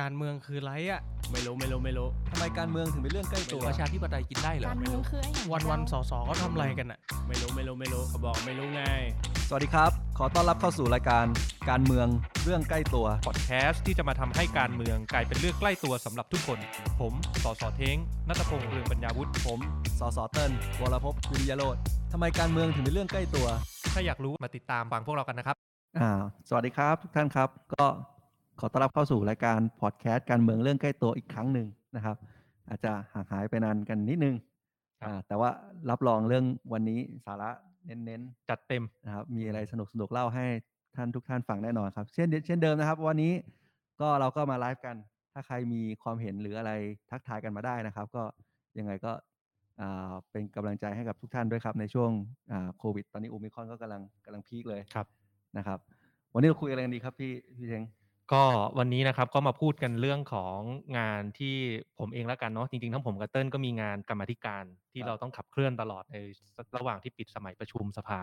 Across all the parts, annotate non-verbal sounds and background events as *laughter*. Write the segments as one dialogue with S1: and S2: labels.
S1: การเมืองคือไรอะ
S2: ไม่รู้ไม่รู้ไม่รู้
S3: ทำไมการเมืองถึงเป็นเรื่องใกล้ตัว
S2: ไม่
S3: ป
S2: รู้
S3: ระชาธิปไตยกินได้เหรอ
S4: การเมืองคือไอ้อย่าง
S1: วันวันๆส
S4: ส
S1: อสอเขาทำอะไรกันอะ
S2: ไม่รู้ไม่รู้ไม่รู้เขาบอกไม่รู้ไง
S3: สวัสดีครับ ขอต้อนรับเข้าสู่รายการการเมืองเรื่องใกล้ตัว
S5: พอดแคสต์ที่จะมาทำให้การเมืองกลายเป็นเรื่องใกล้ตัวสำหรับทุกคน ผมสอสอเท้งนัตพงษ์เรืองปัญญาวุฒิ
S3: ผมสสเติ้ลวรพพกุริยโรธทำไมการเมืองถึงเป็นเรื่องใกล้ตัว
S5: ถ้าอยากรู้มาติดตามฟังพวกเรากันนะครับ
S3: อ่า สวัสดีครับทุกท่านครับ ก็ขอต้อนรับเข้าสู่รายการพอดแคสต์การเมืองเรื่องใกล้ตัวอีกครั้งหนึ่งนะครับ อาจจะห่างหายไปนานกันนิดนึง
S5: ครับ
S3: อ่า แต่ว่ารับรองเรื่องวันนี้สาระเน้นๆ
S5: จัดเต็ม
S3: นะครับมีอะไรสนุกสนุกๆเล่าให้ท่านทุกท่านฟังแน่นอนครับ เช่นเดีเช่นเดิมนะครับ วันนี้ก็เราก็มาไลฟ์กัน ถ้าใครมีความเห็นหรืออะไรทักทายกันมาได้นะครับ ก็ยังไงก็อ่าเป็นกำลังใจให้กับทุกท่านด้วยครับ ในช่วงอ่าโควิด ตอนนี้โอมิครอนก็กำลังกำลังพีคเลย
S5: ครับ
S3: นะครับ วันนี้เราคุยอะไรกันดีครับพี่พี่เชง
S5: ก็วันนี้นะครับก็มาพูดกันเรื่องของงานที่ผมเองแล้วกันเนาะจริงๆทั้งผมกับเติ้ลก็มีงานกรรมาธิการที่เราต้องขับเคลื่อนตลอดในระหว่างที่ปิดสมัยประชุมสภา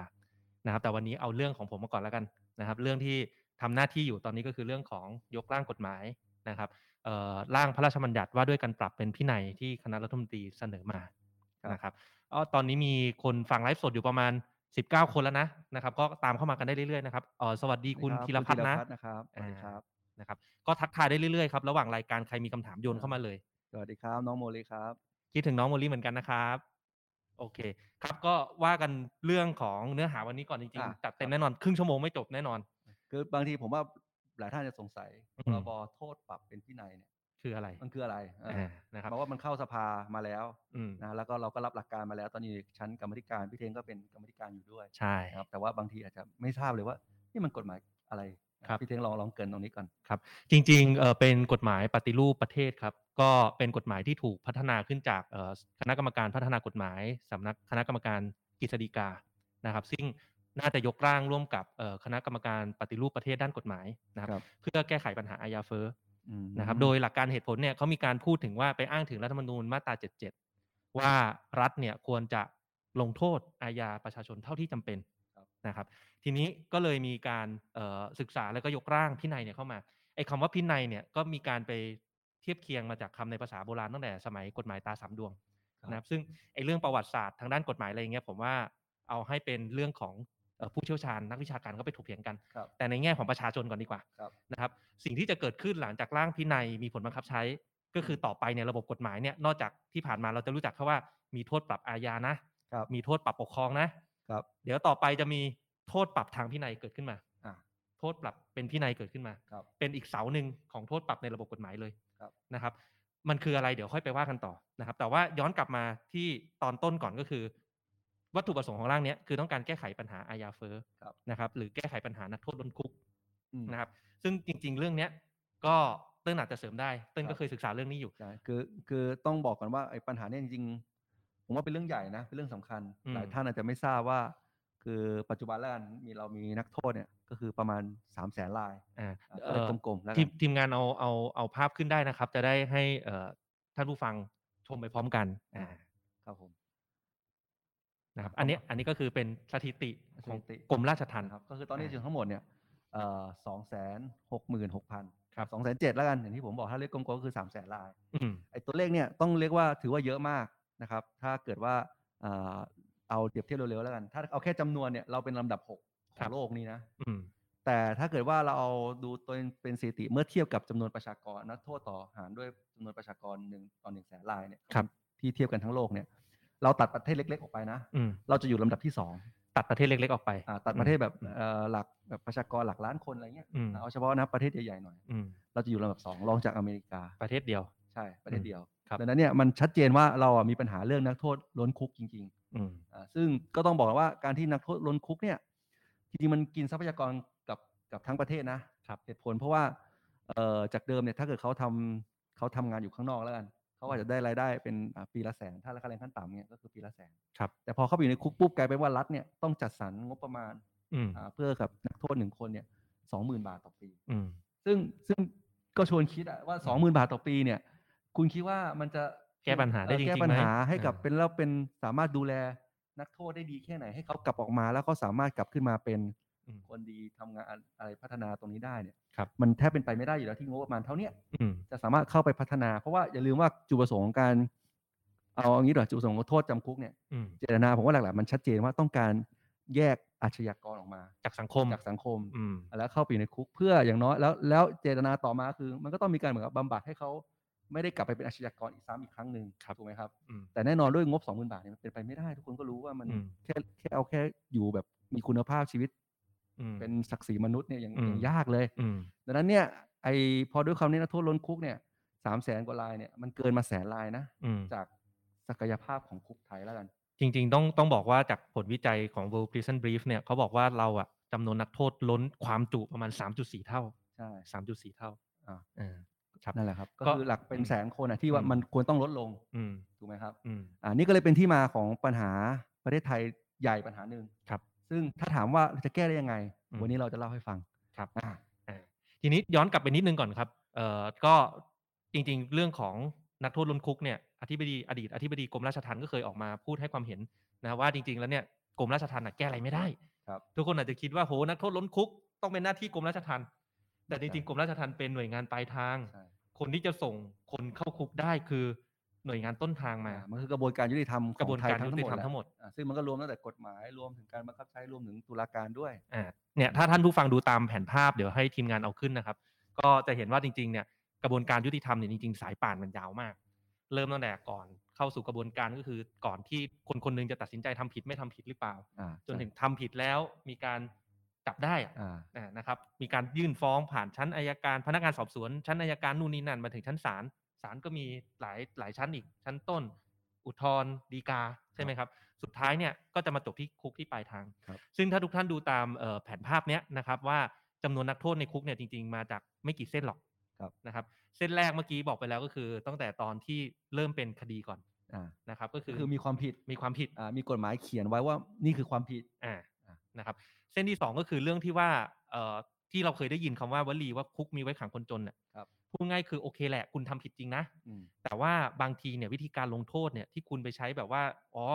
S5: นะครับ แต่วันนี้เอาเรื่องของผมมาก่อนแล้วกันนะครับ เรื่องที่ทำหน้าที่อยู่ตอนนี้ก็คือเรื่องของยกร่างกฎหมายนะครับเอ่อร่างพระราชบัญญัติว่าด้วยการปรับเป็นพินัยที่คณะรัฐมนตรีเสนอมานะครับก็ตอนนี้มีคนฟังไลฟ์สดอยู่ประมาณ 19 คนแล้วนะนะครับ ก็ตามเข้ามากันได้เรื่อยๆนะครับเอ่อสวัสดีคุณธีรพัฒน์นะ
S3: นะครับสวัสดีครับ
S5: นะครับก็ทักทายได้เรื่อยๆครับ ระหว่างรายการใครมีคำถามโยนเข้ามาเลย
S3: สวัสดีครับน้องโมลีครับ
S5: คิดถึงน้องโมลี่เหมือนกันนะครับ โอเค ครับก็ว่ากันเรื่องของเนื้อหาวันนี้ก่อนจริง
S3: อ่ะ
S5: ๆ จัดเต็
S3: ค
S5: ม
S3: รับ
S5: แน่นอน ครึ่งชั่วโมงไม่จบแน่นอน
S3: คือบางทีผมว่าหลายท่านจะสงสัย
S5: อื
S3: พ
S5: ม
S3: รบโทษปรับเป็นพินัยเนี่ย
S5: คืออะไร
S3: มันคืออะไรอ่า
S5: อ่านะครับ
S3: เพราะว่ามันเข้าสภามาแล้ว
S5: อืม
S3: นะแล้วก็เราก็รับหลักการมาแล้วตอนนี้อยู่ชั้นกรรมธิการพี่เทงก็เป็นกรรมธิการอยู่ด้วย
S5: ใช่
S3: นะครับแต่ว่าบางทีอาจจะไม่ทราบเลยว่านี่มันกฎหมายอะไรนะครับ พี่เทงลองลองเกรินตรงนี้ก่อน
S5: จริงๆเอ่อเป็นกฎหมายปฏิรูปประเทศครับ ก็เป็นกฎหมายที่ถูกพัฒนาขึ้นจากเอ่อคณะกรรมการพัฒนากฎหมายสำนักคณะกรรมการกฤษฎีกานะครับ ซึ่งน่าจะยกร่างร่วมกับเอ่อคณะกรรมการปฏิรูปประเทศด้านกฎหมายนะครับ
S3: ครับ
S5: เพื่อแก้ไขปัญหาอาญาเฟ้อ
S3: อืม
S5: นะครับโดยหลักการเหตุผลเนี่ยเขามีการพูดถึงว่าไปอ้างถึงรัฐธรรมนูญมาตรา 77 ว่ารัฐเนี่ยควรจะลงโทษอาญาประชาชนเท่าที่จำเป็น
S3: ครับ
S5: นะครับ ทีนี้ก็เลยมีการเอ่อศึกษาแล้วก็ยกร่างพินัยเนี่ยเข้ามาไอ้คำว่าพินัยเนี่ยก็มีการไปเทียบเคียงมาจากคำในภาษาโบราณตั้งแต่สมัยกฎหมายตาสามดวง
S3: ครับ
S5: นะครับซึ่งไอ้เรื่องประวัติศาสตร์ทางด้านกฎหมายอะไรอย่างเงี้ยผมว่าเอาให้เป็นเรื่องของเอ่อผู้เชี่ยวชาญนักวิชาการก็ไปถกเถียงกัน
S3: ครับ
S5: แต่ในแง่ของประชาชนก่อนดีกว่า
S3: ครับ
S5: นะครับ สิ่งที่จะเกิดขึ้นหลังจากร่างพินัยมีผลบังคับใช้ ก็คือต่อไปเนี่ยระบบกฎหมายเนี่ยนอกจากที่ผ่านมาเราจะรู้จักแค่ว่ามีโทษปรับอาญานะครับ มีโทษปรับปกครองนะครับเดี๋ยวต่อไปจะมีโทษปรับทางพินัยเกิดขึ้นมา
S3: อ่ะ
S5: โทษปรับเป็นพินัยเกิดขึ้นมา
S3: ครับ
S5: เป็นอีกเสาหนึ่งของโทษปรับในระบบกฎหมายเลย
S3: ครับ
S5: นะครับ มันคืออะไรเดี๋ยวค่อยไปว่ากันต่อนะครับ แต่ว่าย้อนกลับมาที่ตอนต้นก่อนก็คือ วัตถุประสงค์ของร่างเนี้ยคือต้องการแก้ไขปัญหาอาญาเฟ้อ
S3: ครับ
S5: นะครับ หรือแก้ไขปัญหานักโทษล้นคุก
S3: อืม
S5: นะครับซึ่งจริง ๆ เรื่องเนี้ยก็เติ้ลอาจจะเสริมได้ เติ้ล
S3: ครั
S5: ก็
S3: บ
S5: เคยศึกษาเรื่องนี้อยู่
S3: ใช่คือคือต้องบอกก่อนว่าไอ้ปัญหาเนี่ยจริงๆ ผมว่าเป็นเรื่องใหญ่นะเป็นเรื่องสำคัญ
S5: อืม
S3: หลายท่านอาจจะไม่ทราบว่า คือปัจจุบันแล้วกันมีเรามีนักโทษเนี่ยก็คือประมาณ3ามแสนราย
S5: อ่า
S3: อ่ะ
S5: เอ่
S3: ก็เลย
S5: อก
S3: ลมๆแล้วกั
S5: ที
S3: น
S5: มทีมงานเอาเอาเอาภาพขึ้นได้นะครับ จะได้ให้เอ่อท่านผู้ฟังชมไปพร้อมกันอ่า
S3: ครับผม
S5: นะครับอันเนี้ยอันนี้ก็คือเป็นสถิติของ
S3: สถิติ
S5: กรมราชทัณฑ์
S3: นะครับก็คือตอนนี้
S5: อ่า
S3: ถึงทั้งหมดเนี่ยสองแสนหกหมื่นหกพัน
S5: ครับ
S3: สองแสนเจ็ดแล้วกัน อย่างที่ผมบอกถ้าเรียกกลมๆก็คือสามแสนลาย
S5: อืม
S3: ไอ้ตัวเลขเนี่ยต้องเรียกว่าถือว่าเยอะมากนะครับ ถ้าเกิดว่าเอ่อเอาเปรียบเทียบเร็วๆแล้วกัน ถ้าเอาแค่จำนวนเนี่ยเราเป็นลำดับหกของโลกนี้นะ
S5: อืม
S3: แต่ถ้าเกิดว่าเราเอาดูตัวเป็นสถิติเมื่อเทียบกับจำนวนประชากรนักโทษต่อหารด้วยจำนวนประชากรหนึ่งต่อหนึ่งแสนรายเนี่ย
S5: ครับ
S3: ที่เทียบกันทั้งโลกเนี่ย เราตัดประเทศเล็ก ๆ ออกไปนะ
S5: อืม
S3: เราจะอยู่ลำดับที่สอง
S5: ตัดประเทศเล็ก ๆ ออกไป
S3: อ่าตัด
S5: อืม
S3: ประเทศแบบ
S5: อืม
S3: เอ่อหลักแบบประชากรหลักล้านคนอะไรเงี้ย
S5: อืม
S3: เอาเฉพาะนะประเทศใหญ่ๆหน่อย
S5: อืม
S3: เราจะอยู่ลำดับสองรองจากอเมริกา
S5: ประเทศเดียว
S3: ใช่ประเทศเดียว
S5: ครับ
S3: ดังนั้นเนี่ยมันชัดเจนว่าเราอ่ะมีปัญหาเรื่องนักโทษล้นคุกจริง
S5: อืม
S3: ๆอ่าซึ่งก็ต้องบอกว่าการที่นักโทษล้นคุกเนี่ยจริงๆมันกินทรัพยากรกับกับทั้งประเทศนะเหตุผลเพราะว่าเอ่อจากเดิมเนี่ยถ้าเกิดเขาทำเขาทำงานอยู่ข้างนอกแล้วกันเขาอาจจะได้รายได้เป็นอ่าปีละแสนถ้าค่าแรงขั้นต่ำเนี่ยก็คือปีละแสน
S5: ครับ
S3: แต่พอเขาไปอยู่ในคุกปุ๊บกลายเป็นว่ารัฐเนี่ยต้องจัดสรรงบประมาณ
S5: อืม
S3: อ่าเพื่อกับนักโทษหนึ่งคนเนี่ยสองหมื่นบาทต่อปี
S5: อืม
S3: ซึ่งซึ่งก็ชวนคิดอะว่าสองหมื่นบาทต่อปีเนี่ย คุณคิดว่ามันจะ
S5: แก้ปัญหาได้
S3: เอ่อ
S5: จริงๆ
S3: แก้ปัญหา
S5: ไหม
S3: ให้กับ
S5: อ่า
S3: เป็นแล้วเป็นสามารถดูแลนักโทษได้ดีแค่ไหนให้เขากลับออกมาแล้วก็สามารถกลับขึ้นมาเป็น
S5: อืม
S3: คนดีทำงานอะไรพัฒนาตรงนี้ได้เนี่ย
S5: ครับ
S3: มันแทบเป็นไปไม่ได้อยู่แล้วที่งบประมาณเท่าเนี้ย
S5: อืม
S3: จะสามารถเข้าไปพัฒนา เพราะว่าอย่าลืมว่าจุดประสงค์ของการ เอาเอางี้ดีกว่าจุดประสงค์ของโทษจำคุกเนี่ย
S5: อืม
S3: เจตนาผมว่าหลักๆมันชัดเจนว่าต้องการแยกอาชญากรออกมา
S5: จากสังคม
S3: จากสังคม
S5: อืม
S3: แล้วเข้าไปอยู่ในคุกเพื่ออย่างน้อยแล้วแล้วเจตนาต่อมาคือ มันก็ต้องมีการเหมือนกับบำบัดให้เขาไม่ได้กลับไปเป็นอาชญากรอีกซ้ำอีกครั้งหนึ่ง
S5: ครับ
S3: ถูกไหมครับ
S5: อืม
S3: แต่แน่นอนด้วยงบสองหมื่นบาทเนี่ยมันเป็นไปไม่ได้ทุกคนก็รู้ว่ามัน
S5: อืม
S3: แค่แค่เอาแค่อยู่แบบมีคุณภาพชีวิต
S5: อืม
S3: เป็นศักดิ์ศรีมนุษย์เนี่ยยัง
S5: อืม
S3: ยังยากเลย
S5: อืม
S3: ดังนั้นเนี่ยไอพอด้วยคำนี้นะโทษล้นคุกเนี่ยสามแสนกว่าลายเนี่ยมันเกินมาแสนลายนะ
S5: อืม
S3: จากศักยภาพของคุกไทยแล้วกัน
S5: จริง ๆ ต้องต้องบอกว่าจากผลวิจัยของ World Prison Brief เนี่ยเขาบอกว่าเราอะจำนวนนักโทษล้นความจุประมาณ 3.4 เท่า
S3: ใช่
S5: 3.4 เท่า
S3: อ่า
S5: เออครับ
S3: นั่นแหละครับ ก็
S5: ก็
S3: คือหลักเป็น
S5: อืม
S3: แสนคนอะที่ว่า
S5: อืม
S3: มันควรต้องลดลง
S5: อืม
S3: ถูกไหมครับ
S5: อืม
S3: อ่านี่ก็เลยเป็นที่มาของปัญหาประเทศไทยใหญ่ปัญหาหนึ่ง
S5: ครับ
S3: ซึ่งถ้าถามว่าจะแก้ได้ยังไง
S5: อืม
S3: วันนี้เราจะเล่าให้ฟัง
S5: ครับ
S3: อ่า
S5: ทีนี้ย้อนกลับไปนิดนึงก่อนครับ เอ่อ ก็จริงๆ เรื่องของนักโทษล้นคุกเนี่ยอธิบดีอดีตอธิบดีกรมราชทัณฑ์ก็เคยออกมาพูดให้ความเห็นนะว่าจริงๆ แล้วเนี่ยกรมราชทัณฑ์น่ะแก้อะไรไม่ได้
S3: ครับ
S5: ทุกคนอาจจะคิดว่าโหนักโทษล้นคุก ต้องเป็นหน้าที่กรมราชทัณฑ์แต่จริงๆกรมราชทัณฑ์เป็นหน่วยงานปลายทาง
S3: ใช่
S5: คนที่จะส่งคนเข้าคุกได้คือหน่วยงานต้นทางมา
S3: อ่ามันคือกระบวนการยุติธรรม
S5: กระบวนการ
S3: ขอ
S5: ยุ
S3: ไย
S5: ติธรรมทั้งหมด
S3: อ่าซึ่งมันก็รวมตั้งแต่กฎหมายรวมถึงการบังคับใช้รวมถึงตุลาการด้วย
S5: อ่าเนี่ยถ้าท่านผู้ฟังดูตามแผนภาพเดี๋ยวให้ทีมงานเอาขึ้นนะครับ ก็จะเห็นว่าจริงๆเนี่ยกระบวนการยุติธรรมเนี่ยจริงๆ สายป่านมันยาวมาก เริ่มตั้งแต่ก่อนเข้าสู่กระบวนการก็คือก่อนที่คนคนหนึงจะตัดสินใจทำผิดไม่ทำผิดหรือเปล่า
S3: อ่า
S5: จนถึงทำผิดแล้วมีการจับได้อะ
S3: อ่า
S5: อ่านะครับมีการยื่นฟ้องผ่านชั้นอายการพนักงานสอบสวน ชั้นอายการนู่นนี่นั่นมาถึงชั้นศาลศาลก็มีหลายหลายชั้นอีก ชั้นต้น อุทธรณ์ฎีกาใช่ไหมครับ สุดท้ายเนี่ยก็จะมาจบที่คุกที่ปลายทาง ซึ่งถ้าทุกท่านดูตามเอ่อแผนภาพเนี้ยนะครับว่าจำนวนนักโทษในคุกเนี่ยจริง ๆ มาจากไม่กี่เส้นหรอก
S3: ครับ
S5: นะครับ เส้นแรกเมื่อกี้บอกไปแล้วก็คือ ตั้งแต่ตอนที่เริ่มเป็นคดีก่อน
S3: อ่า
S5: นะครับ ก็
S3: ก็
S5: คือ
S3: คือมีความผิด
S5: มีความผิด
S3: อ่ามีกฎหมายเขียนไว้ว่านี่คือความผิด
S5: อ่า
S3: อ่ะ
S5: นะครับเส้นที่สองก็คือเรื่องที่ว่าเอ่อที่เราเคยได้ยินคำว่าวลีว่าคุกมีไว้ขังคนจนน่ะพูดง่ายคือโอเคแหละ คุณทำผิดจริงนะ
S3: อืม
S5: แต่ว่าบางทีเนี่ยวิธีการลงโทษเนี่ยที่คุณไปใช้แบบว่าอ๋อ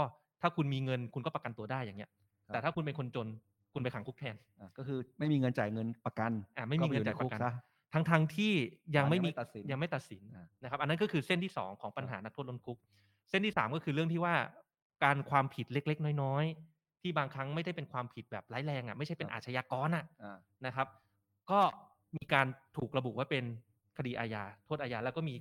S5: ถ้าคุณมีเงินคุณก็ประกันตัวได้อย่างเงี้ย
S3: ครับ
S5: แต่ถ้าคุณเป็นคนจนคุณไปขังคุกแทน
S3: อ่าก็คือไม่มีเงินจ่ายเงินประกัน
S5: อ่าไม่มีเงินจ่ายประกัน
S3: ก็ไปอยู่ใคุซ
S5: ทั้งทงๆที่ยัง
S3: ศาล
S5: ไม่
S3: ยังไม่
S5: มี
S3: ตัดสิน
S5: ยังไม่ตัดสิน
S3: อ่าน
S5: นะครับ อันนั้นก็คือเส้นที่สองของปัญหานักโทษล้นคุก เส้นที่สามก็คือเรื่องที่ว่าการความผิดเล็กๆ น้อยๆ ที่บางครั้งไม่ได้เป็นความผิดแบบร้ายแรงอ่ะไม่ใช่เป็นอาชญากรอ่ะ
S3: อ่า
S5: นะครับ ก็มีการถูกระบุว่าเป็นคดีอาญาโทษอาญาแล้วก็มี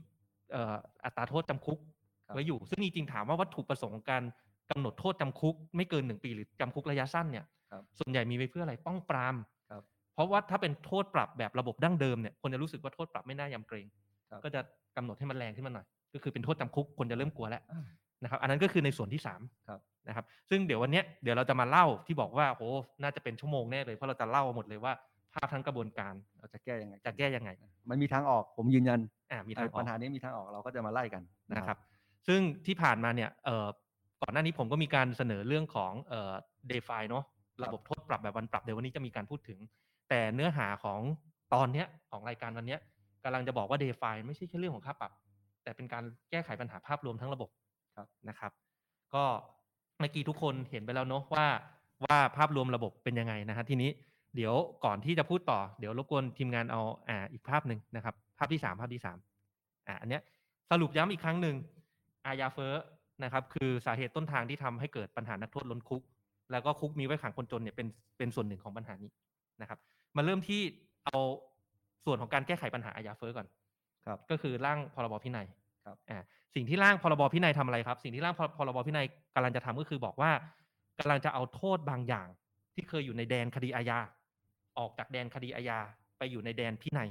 S5: เอ่ออัตราโทษจำคุก
S3: ครับ
S5: ไว้อยู่ ซึ่งจริงๆถามว่าวัตถุประสงค์ของการกำหนดโทษจำคุก ไม่เกินหนึ่งปีหรือจำคุกระยะสั้นเนี่ย
S3: ครับ
S5: ส่วนใหญ่มีไว้เพื่ออะไรป้องปราม
S3: ครับ
S5: เพราะว่าถ้าเป็นโทษปรับแบบระบบดั้งเดิมเนี่ยคนจะรู้สึกว่าโทษปรับไม่น่ายำเกรง
S3: ครับ
S5: ก็จะกำหนดให้มันแรงขึ้นมาหน่อย ก็คือเป็นโทษจำคุกคนจะเริ่มกลัว
S3: *coughs*
S5: แล้ว
S3: อ่า
S5: นะครับ อันนั้นก็คือในส่วนที่สาม
S3: ครับ
S5: นะครับ ซึ่งเดี๋ยววันเนี้ยเดี๋ยวเราจะมาเล่าที่บอกว่าโหน่าจะเป็นชั่วโมงแน่เลยเพราะเราจะเล่าหมดเลยว่าภาพทั้งกระบวนการ
S3: เราจะแก้ยังไง
S5: จะแก้ยังไง
S3: มันมีทางออกผมยืนยัน
S5: อ่ามีทางอ
S3: ไอ้
S5: อ
S3: ปั
S5: ก
S3: ญหานี้มีทางออกเราก็จะมาไล่กัน
S5: นะครับซึ่งที่ผ่านมาเนี่ยเอ่อก่อนหน้านี้ผมก็มีการเสนอเรื่องของเอ่อเดฟายเนาะระบบโทษปรับแบบวันปรับเดี๋ยววันนี้จะมีการพูดถึง แต่เนื้อหาของตอนเนี้ยของรายการวันเนี้ยกำลังจะบอกว่าเดฟายไม่ใช่แค่เรื่องของค่าปรับ แต่เป็นการแก้ไขปัญหาภาพรวมทั้งระบบนะครับ ก็เมื่อกี้ทุกคนเห็นไปแล้วเนาะว่าว่าภาพรวมระบบเป็นยังไงนะฮะทีนี้เดี๋ยวก่อนที่จะพูดต่อ เดี๋ยวรบกวนทีมงานเอาอ่าอีกภาพหนึ่งนะครับ ภาพที่สามภาพที่สามอ่าอันเนี้ยสรุปย้ำอีกครั้งหนึ่งอาญาเฟ้อนะครับ คือสาเหตุต้นทางที่ทำให้เกิดปัญหานักโทษล้นคุก แล้วก็คุกมีไว้ขังคนจนเนี่ยเป็นเป็นส่วนหนึ่งของปัญหานี้นะครับ มาเริ่มที่เอาส่วนของการแก้ไขปัญหาอาญาเฟ้อก่อน
S3: ครับ
S5: ก็คือร่างพรบพินัย
S3: ครับ
S5: อ่าสิ่งที่ร่างพรบพินัยทำอะไรครับ สิ่งที่ร่างพรพรบพินัยกำลังจะทำก็คือบอกว่ากำลังจะเอาโทษบางอย่าง ที่เคยอยู่ในแดนคดีอาญาออกจากแดนคดีอาญาไปอยู่ในแดนพินัย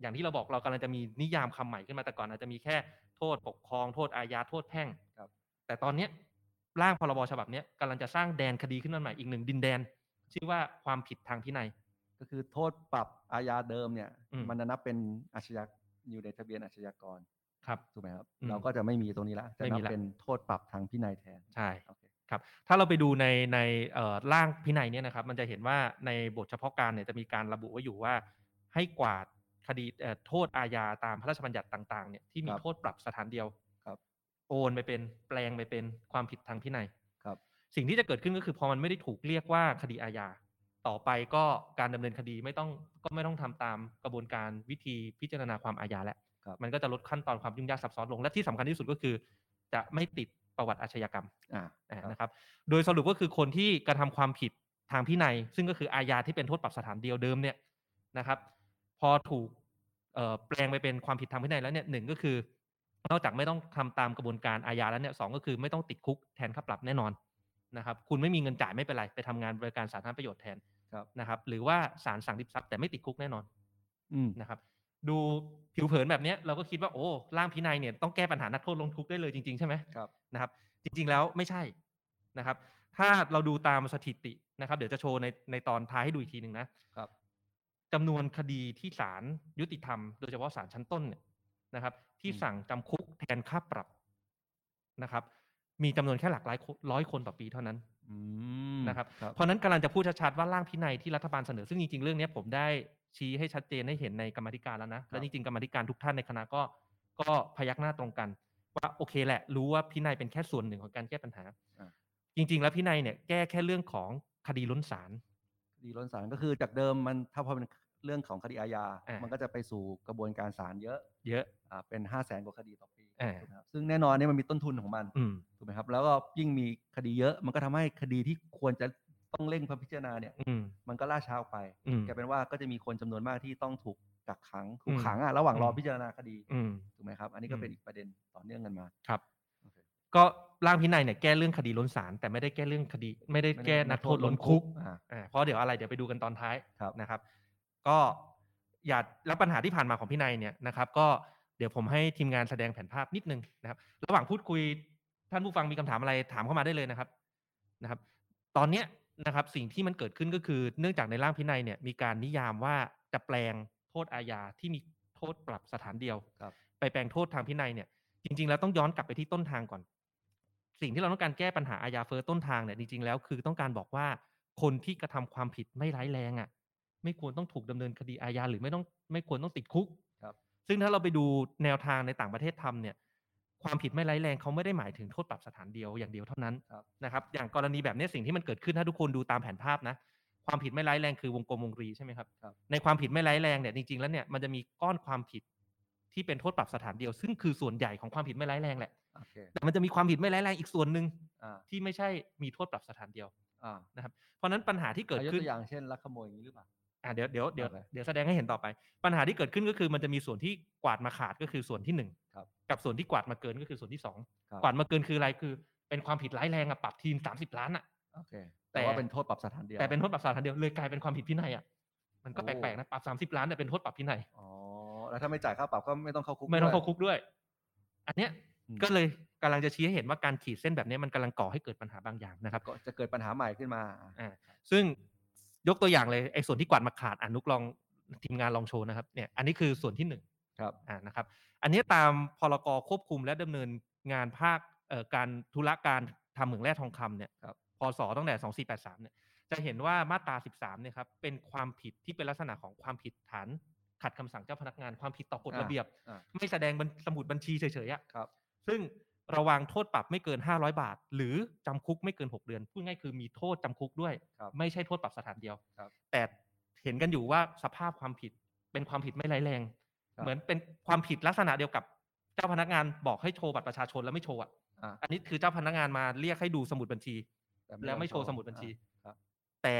S5: อย่างที่เราบอกเรากำลังจะมีนิยามคำใหม่ขึ้นมาแต่ก่อนอาจจะมีแค่โทษปกครองโทษอาญาโทษแพ่ง
S3: ครับ
S5: แต่ตอนเนี้ยร่างพรบฉบับเนี้ยกำลังจะสร้างแดนคดีขึ้นมาใหม่อีกหนึ่งดินแดน ชื่อว่าความผิดทางพินัย
S3: ก็คือโทษปรับอาญาเดิมเนี่ย
S5: อืม
S3: มันจะนับเป็นอาชญาอยู่ในทะเบียนอาชญากร
S5: ครับ
S3: ถูกไหมครับ
S5: อืม
S3: เราก็จะไม่มีตรงนี้ละจะ
S5: ไม่
S3: นั
S5: มี
S3: บ
S5: ละ
S3: เป็นโทษปรับทางพินัยแทน
S5: ใช่
S3: โอเค
S5: ครับถ้าเราไปดูในในเอ่อร่างพินัยเนี่ยนะครับ มันจะเห็นว่าในบทเฉพาะการเนี่ยจะมีการระบุไว้อยู่ว่า ให้กวาดคดีเอ่อโทษอาญาตามพระราชบัญญัติต่างๆเนี่ยที่มี
S3: ครับ
S5: โทษปรับสถานเดียว
S3: ครับ
S5: โอนไปเป็นแปลงไปเป็นความผิดทางพินัย
S3: ครับ
S5: สิ่งที่จะเกิดขึ้นก็คือพอมันไม่ได้ถูกเรียกว่าคดีอาญา ต่อไปก็การดำเนินคดีไม่ต้องก็ไม่ต้องทำตามกระบวนการวิธีพิจารณาความอาญาแหละ
S3: ครับ
S5: มันก็จะลดขั้นตอนความยุ่งยากซับซ้อนลงและที่สำคัญที่สุดก็คือ จะไม่ติดประวัติอาชญากรรม
S3: อ่า
S5: อ่า
S3: ครับ
S5: นะครับ โดยสรุปก็คือคนที่กระทำความผิดทางพินัย ซึ่งก็คืออาญาที่เป็นโทษปรับสถานเดียวเดิมเนี่ยนะครับ พอถูกเอ่อแปลงไปเป็นความผิดทางพินัยแล้วเนี่ยหนึ่งก็คือนอกจากไม่ต้องทำตามกระบวนการอาญาแล้วเนี่ยสองก็คือไม่ต้องติดคุกแทนค่าปรับแน่นอนนะครับ คุณไม่มีเงินจ่ายไม่เป็นไร ไปทำงานบริการสาธารณประโยชน์แทน
S3: ครับ
S5: นะครับ หรือว่าศาลสั่งริบทรัพย์แต่ไม่ติดคุกแน่นอน
S3: อืม
S5: นะครับดูผิวเผินแบบเนี้ยเราก็คิดว่าโอ้ร่างพินัยเนี่ยต้องแก้ปัญหานักโทษลงทุกข์ได้เลยจริงๆใช่ไหม
S3: ครับ
S5: นะครับ จริงๆแล้วไม่ใช่นะครับ ถ้าเราดูตามสถิตินะครับ เดี๋ยวจะโชว์ในในตอนท้ายให้ดูอีกทีหนึ่งนะครับ จำนวนคดีที่ศาลยุติธรรมโดยเฉพาะศาลชั้นต้นเนี่ยนะครับ ที่
S3: อืม
S5: สั่งจำคุกแทนค่าปรับนะครับ มีจำนวนแค่หลักร้อยคนร้อยคนต่อปีเท่านั้น
S3: อืม
S5: นะครับ
S3: ครับ
S5: เพราะฉะนั้นกำลังจะพูดชัดๆว่าร่างพินัยที่รัฐบาลเสนอ ซึ่งจริงๆ เรื่องเนี้ยผมได้ชี้ให้ชัดเจนให้เห็นในกรรมาธิการแล้วนะ และจริงๆ กรรมาธิการทุกท่านในคณะก็ก็พยักหน้าตรงกัน ว่าโอเคแหละ รู้ว่าพินัยเป็นแค่ส่วนหนึ่งของการแก้ปัญหา
S3: า
S5: จริงๆ แล้วพินัยเนี่ยแก้แค่เรื่องของคดีล้นศาล
S3: คดีล้นศาลก็คือจากเดิมมันถ้าพอเป็นเรื่องของคดีอาญา
S5: อ่ามั
S3: มันก็จะไปสู่กระบวนการศาลเยอะ
S5: เยอะ
S3: อ่าเป็นห้าแสนกว่าคดีต่อปี
S5: อ่า
S3: ถูกไหมครับซึ่งแน่นอนเนี่ยมันมีต้นทุนของมัน
S5: อืม
S3: ถูกไหมครับแล้วก็ยิ่งมีคดีเยอะ มันก็ทำให้คดีที่ควรจะต้องเร่งพิจารณาเนี่ย
S5: อืม
S3: มันก็ล่าช้าออกไป
S5: อืม
S3: กลายเป็นว่าก็จะมีคนจำนวนมากที่ต้องถูกกักขังถู
S5: อื
S3: ก
S5: ม
S3: ขังอ่ะระหว่างรออ
S5: ม
S3: พิจารณาคดี
S5: อืม
S3: ถูกไหมครับ อันนี้ก็
S5: อืม
S3: เป็นอีกประเด็นต่อเนื่องกันมา
S5: ครับ
S3: โอเค
S5: ก็ร่างพินัยเนี่ยแก้เรื่องคดีล้นศาลแต่ไม่ได้แก้เรื่องคดี ไม่ได้
S3: ไม่ได้
S5: แก้นักโทษล้นคุก
S3: อ่า
S5: อ่าเพราะเดี๋ยวอะไรเดี๋ยวไปดูกันตอนท้าย
S3: ครับ
S5: นะครับ ก็อย่าแล้วปัญหาที่ผ่านมาของพินัยเนี่ยนะครับ ก็เดี๋ยวผมให้ทีมงานแสดงแผนภาพนิดนึงนะครับ ระหว่างพูดคุยท่านผู้ฟังมีคำถามอะไรถามเข้ามาได้เลยนะครับนะครับ ตอนเนี้ยนะครับสิ่งที่มันเกิดขึ้นก็คือ เนื่องจากในร่างพินัยเนี่ยมีการนิยามว่าจะแปลงโทษอาญาที่มีโทษปรับสถานเดียว
S3: ครับ
S5: ไปแปลงโทษทางพินัยเนี่ย จริง ๆ แล้วต้องย้อนกลับไปที่ต้นทางก่อน สิ่งที่เราต้องการแก้ปัญหาอาญาเฟ้อต้นทางเนี่ยจริง ๆ แล้วคือต้องการบอกว่าคนที่กระทำความผิดไม่ร้ายแรงอ่ะ ไม่ควรต้องถูกดำเนินคดีอาญาหรือไม่ต้องไม่ควรต้องติดคุก
S3: ครับ
S5: ซึ่งถ้าเราไปดูแนวทางในต่างประเทศทำเนี่ย ความผิดไม่ร้ายแรงเขาไม่ได้หมายถึงโทษปรับสถานเดียวอย่างเดียวเท่านั้นนะครับ อย่างกรณีแบบเนี้ยสิ่งที่มันเกิดขึ้นถ้าทุกคนดูตามแผนภาพนะ ความผิดไม่ร้ายแรงคือวงกลมวงรีใช่ไหมครับ
S3: ครับ
S5: ในความผิดไม่ร้ายแรงเนี่ยจริงๆแล้วเนี่ยมันจะมีก้อนความผิดที่เป็นโทษปรับสถานเดียว ซึ่งคือส่วนใหญ่ของความผิดไม่ร้ายแรงแหละ
S3: โอเค
S5: แต่มันจะมีความผิดไม่ร้ายแรงอีกส่วนหนึ่ง
S3: อ่า
S5: ที่ไม่ใช่มีโทษปรับสถานเดียว
S3: อ่า
S5: เพราะฉะนั้นปัญหาที่เกิด
S3: อ่ะยก
S5: ขึ้น
S3: ตัวอย่างเช่นลักขโมยอย่างนี้หรือเปล่า
S5: อ่ะเดี๋ยวเดี๋ยวเดี๋ยว
S3: โอเค
S5: เดี๋ยวแสดงให้เห็นต่อไป ปัญหาที่เกิดขึ้นก็คือมันจะมีส่วนที่กวาดมาขาดก็คือส่วนที่หนึ่ง
S3: ครับ
S5: กับส่วนที่กวาดมาเกินก็คือส่วนที่สอง
S3: ครับ
S5: กวาดมาเกินคืออะไรคือ เป็นความผิดร้ายแรงอะปรับทีมสามสิบล้านอะ
S3: โอเค
S5: แต่
S3: แต่ว่าเป็นโทษปรับสถานเดียว
S5: แต่เป็นโทษปรับสถานเดียวเลยกลายเป็นความผิดพินัยอะมันก็
S3: โอ้
S5: แปลกๆนะปรับสามสิบ30 ล้านแต่เป็นโทษปรับพินัย
S3: อ๋อแล้วถ้าไม่จ่ายค่าปรับก็ไม่ต้องเข้าคุก
S5: ไม่ต้อง
S3: ด้วย
S5: เข้าคุกด้วย อันเนี้ย
S3: อืม
S5: ก็เลยกำลังจะชี้ให้เห็นว่าการขีดเส้นแบบเนี้ยมันกำลังก่อให้เกิดปัญหาบางอย่างนะครับ
S3: ก็จะเกิดปัญหาใหม่ขึ้นมาอ่ะ
S5: อ่าซึ่งยกตัวอย่างเลยไอ้ส่วนที่กวาดมาขาดอนุกลองทีมงานลองโชว์นะครับเนี่ยอันนี้คือส่วนที่หนึ่ง
S3: ครับ
S5: อ่านะครับอันนี้ตามพรกควบคุมและดำเนินงานภาคเอ่อการธุรการทำเหมืองแร่ทองคำเนี่ย
S3: ครับ
S5: พศตั้งแต่ 2483เนี่ยจะเห็นว่ามาตรา 13เนี่ยครับเป็นความผิดที่เป็นลักษณะของความผิดฐานขัดคำสั่งเจ้าพนักงานความผิดต่อกฎระเบียบ
S3: อ่า
S5: ไม่แสดงบัญสมุดบัญชีเฉยๆอะ
S3: ครับ
S5: ซึ่งระวังโทษปรับไม่เกิน 500 บาท หรือจำคุกไม่เกิน 6 เดือน พูดง่ายคือมีโทษจำคุกด้วย
S3: ครับ
S5: ไม่ใช่โทษปรับสถานเดียว
S3: ครับ
S5: แต่เห็นกันอยู่ว่าสภาพความผิดเป็นความผิดไม่ร้ายแรง
S3: ครับ
S5: เหมือนเป็นความผิดลักษณะเดียวกับเจ้าพนักงานบอกให้โชว์บัตรประชาชนแล้วไม่โชว์อ่ะ
S3: อ่ะ
S5: อันนี้คือเจ้าพนักงานมาเรียกให้ดูสมุดบัญชี
S3: ต่
S5: แล้วไม่โชว์
S3: ยอ
S5: สมุดบัญชี
S3: อ่ะ ครับ
S5: แต่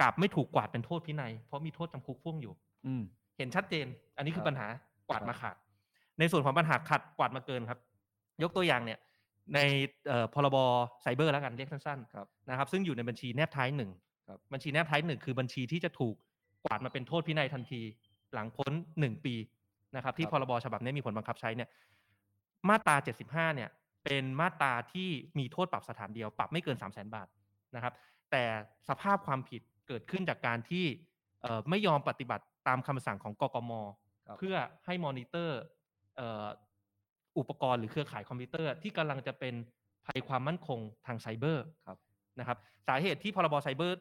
S5: กลับไม่ถูกกวาดเป็นโทษพินัย เพราะมีโทษจำคุกพ่วงอยู่
S3: อืม
S5: เห็นชัดเจน อันนี้คือ
S3: ครับ
S5: ปัญหากวาด
S3: ครับ
S5: มาขาด ในส่วนของปัญหาขัดกวาดมาเกินครับ ยกตัวอย่างเนี่ย ในเอ่อพรบไซเบอร์แล้วกันเรียกสั้น
S3: ครับ
S5: ๆนะครับ ซึ่งอยู่ในบัญชีแนบท้ายหนึ่ง
S3: ครับ
S5: บัญชีแนบท้ายหนึ่งคือบัญชีที่จะถูกกวาดมาเป็นโทษพินัยทันที หลังพ้นหนึ่งปีนะครับ ที่
S3: ครั
S5: พ
S3: บ
S5: รบฉบับนี้มีผลบังคับใช้เนี่ย มาตรา 75 เนี่ย เป็นมาตราที่มีโทษปรับสถานเดียว ปรับไม่เกิน 3 0 0 0 0 0 บาทนะครับ แต่สภาพความผิดเกิดขึ้นจากการที่เอ่อไม่ยอมปฏิบัติตามคำสั่งของกกม
S3: ครับ
S5: เพื่อให้มอนิเตอร์เอ่ออุปกรณ์หรือเครือข่ายคอมพิวเตอร์ ที่กำลังจะเป็นภัยความมั่นคงทางไซเบอร์
S3: ครับ
S5: นะครับสาเหตุที่พรบไซเบอร์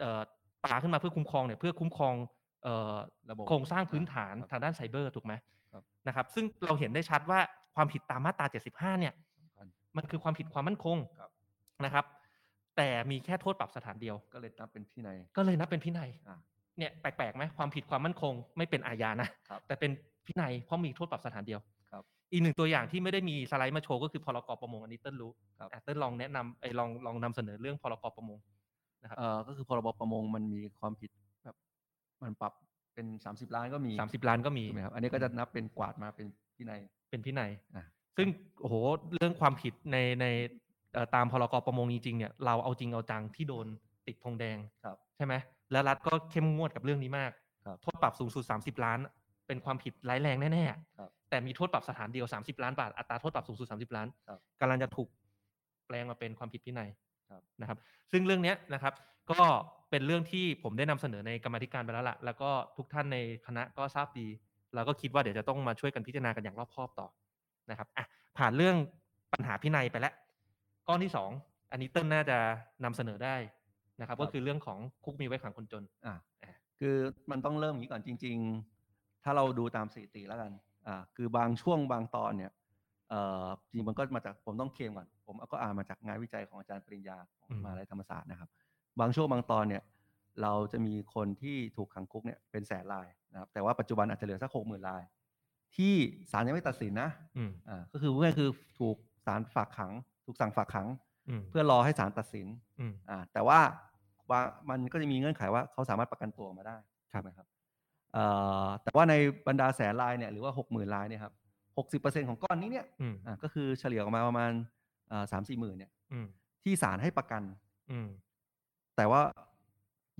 S5: เอ่อปาขึ้นมาเพื่อคุ้มครองเนี่ยเพื่อคุ้มครองเอ่อ
S3: ระบบ
S5: โครงสร้างพื้นฐาน
S3: ครับ
S5: ทางด้านไซเบอร์ถูกไหม
S3: ครับ
S5: นะครับ ซึ่งเราเห็นได้ชัดว่าความผิดตามมาตรา 75 เนี่ย
S3: สำคัญ
S5: มันคือความผิดความมั่นคง
S3: ครับ
S5: นะครับ แต่มีแค่โทษปรับสถานเดียว
S3: ก็เลยนับเป็นที่ใน
S5: ก็เลยนับเป็นพินัย
S3: อ่ะ
S5: เนี่ยแปลกๆไหมความผิดความมั่นคงไม่เป็นอาญานะครับแต่เป็นพินัยเพราะมีโทษปรับสถานเดียว
S3: ครับ
S5: อีกหนึ่งตัวอย่างที่ไม่ได้มีสไลด์มาโชว์ก็คือพรกประมงอันนี้เติ้ลรู้
S3: ครับ
S5: อ่ะเติ้ลลองแนะนำไอ้ยลองลองนำเสนอเรื่องพรกประมง ครับ
S3: เอ่อก็คือพรบประมงมันมีความผิดแบบมันปรับเป็นสามสิบล้านก็มี
S5: สามสิบล้านก็มี
S3: ถูกไหมครับอันนี้ก็จะนับเป็นกวาดมาเป็นที่ใน
S5: เป็นพินัย
S3: อ่ะ
S5: ซึ่งโอ้โหเรื่องความผิดในในเอ่อตามพรกประมงจริงๆเนี่ยเราเอาจริงเอาจังที่โดนติดธงแดง
S3: ครับ
S5: ใช่ไหมแล้วรัฐก็เข้มงวดกับเรื่องนี้มาก
S3: ครับ
S5: โทษปรับสูงสุด 30 ล้าน เป็นความผิดร้ายแรงแน่
S3: ครับ
S5: ๆ แต่มีโทษปรับสถานเดียว 30 ล้านบาท อัตราโทษปรับสูงสุด 30 ล้าน
S3: ครับ
S5: กำลังจะถูกแปลงมาเป็นความผิดพินัย
S3: ครับ
S5: นะครับ ซึ่งเรื่องเนี้ยนะครับ ก็เป็นเรื่องที่ผมได้นำเสนอในกรรมาธิการไปแล้วล่ะ แล้วก็ทุกท่านในคณะก็ทราบดี แล้วก็คิดว่าเดี๋ยวจะต้องมาช่วยกันพิจารณากันอย่างรอบคอบต่อนะครับอ่ะผ่านเรื่องปัญหาพินัยไปแล้ว ก้อนที่สองอันนี้เติ้ลน่าจะนำเสนอได้นะครับ
S3: ครับ
S5: ก็คือเรื่องของคุกมีไว้ขังคนจน
S3: อ่า
S5: อ่ะ
S3: คือมันต้องเริ่มอย่างนี้ก่อนจริง ๆ ถ้าเราดูตามสถิติแล้วกันอ่าคือบางช่วงบางตอนเนี่ยเอ่อจริงๆมันก็มาจากผมต้องเคลมก่อน ผมก็อ่านมาจากงานวิจัยของอาจารย์ปริญญาของ
S5: อืม
S3: มหาลัยธรรมศาสตร์นะครับ บางช่วงบางตอนเนี่ยเราจะมีคนที่ถูกขังคุกเนี่ยเป็นแสนรายนะครับแต่ว่าปัจจุบันอาจจะเหลือสักหกหมื่นราย ที่ศาลยังไม่ตัดสินนะ
S5: อืม
S3: อ่าก็คือเพื่อนคือถูกศาลฝากขัง ถูกสั่งฝากขัง
S5: อืม
S3: เพื่อรอให้ศาลตัดสิน
S5: อืม
S3: อ่าแต่ว่าบางมันก็จะมีเงื่อนไขว่าเขาสามารถประกันตัวออกมาได้
S5: ครับ
S3: ถูกไหมครับเอ่อแต่ว่าในบรรดาแสนรายเนี่ยหรือว่าหกหมื่นรายเนี่ยครับหกสิบเปอร์เซ็นของก้อนนี้เนี่ย
S5: อืม
S3: อ่าก็คือเฉลี่ยออกมาประมาณสามสี่หมื่นเนี่ย
S5: อืม
S3: ที่ศาลให้ประกัน
S5: อืม
S3: แต่ว่า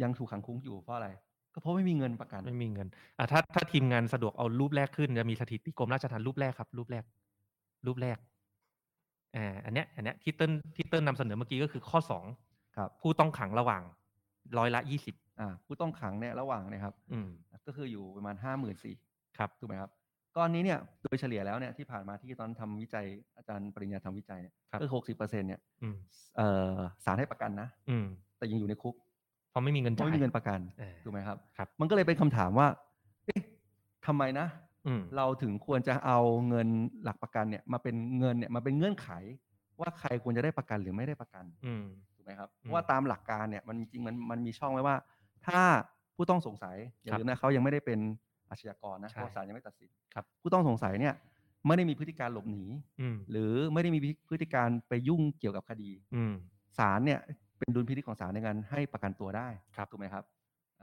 S3: ยังถูกขังคุกอยู่เพราะอะไร ก็เพราะไม่มีเงินประกัน
S5: ไม่มีเงินอ่ะถ้าถ้าทีมงานสะดวกเอารูปแรกขึ้นจะมีสถิติกรมราชทัณฑ์รูปแรกครับ รูปแรก รูปแรกอ่าอันเนี้ยอันเนี้ยที่เติ้ลที่เติ้ลนำเสนอเมื่อกี้ก็คือข้อสอง
S3: ครับ
S5: ผู้ต้องขังระหว่างร้อยละยี่สิบ
S3: อ่าผู้ต้องขังเนี่ยระหว่างเนะครับ
S5: อืม
S3: ก็คืออยู่ประมาณห้าหมื่นสี่
S5: ครับ
S3: ถูกไหมครับก้อนนี้เนี่ยโดยเฉลี่ยแล้วเนี่ยที่ผ่านมาที่ตอนทำวิจัยอาจารย์ปริญญาทำวิจัยเนี่ย
S5: ครับ
S3: ก็หกสิบเปอร์เซ็นต์เนี่ย
S5: อืม
S3: เอ่อศาลให้ประกันนะ
S5: อืม
S3: แต่ยังอยู่ในคุก
S5: เพราะไม่มีเงิน
S3: เพราะ
S5: จ่าย
S3: ไม่มีเงินประกัน
S5: อ่า
S3: ถูกไหมครับ
S5: ครับ
S3: มันก็เลยเป็นคำถามว่าเอ๊ะทำไมนะ
S5: อืม
S3: เราถึงควรจะเอาเงินหลักประกันเนี่ยมาเป็นเงินเนี่ยมาเป็นเงื่อนไข ว่าใครควรจะได้ประกันหรือไม่ได้ประกัน
S5: อืม
S3: ถูกไหมครับ
S5: อืม
S3: เพราะว่าตามหลักการเนี่ยมันจริงๆมันมันมีช่องไว้ว่า ถ้าผู้ต้องสงสัยอย่าลืมนะเขายังไม่ได้เป็นอาชญากรนะ
S5: ใช่
S3: เพราะศาลยังไม่ตัดสิน
S5: ครับ
S3: ผู้ต้องสงสัยเนี่ยไม่ได้มีพฤติการหลบหนี
S5: อืม
S3: หรือไม่ได้มีพฤติการไปยุ่งเกี่ยวกับคดี
S5: อืม
S3: ศาลเนี่ยเป็นดุลพินิจของศาลในการให้ประกันตัวได้
S5: ครับ
S3: ถูกไหมครับ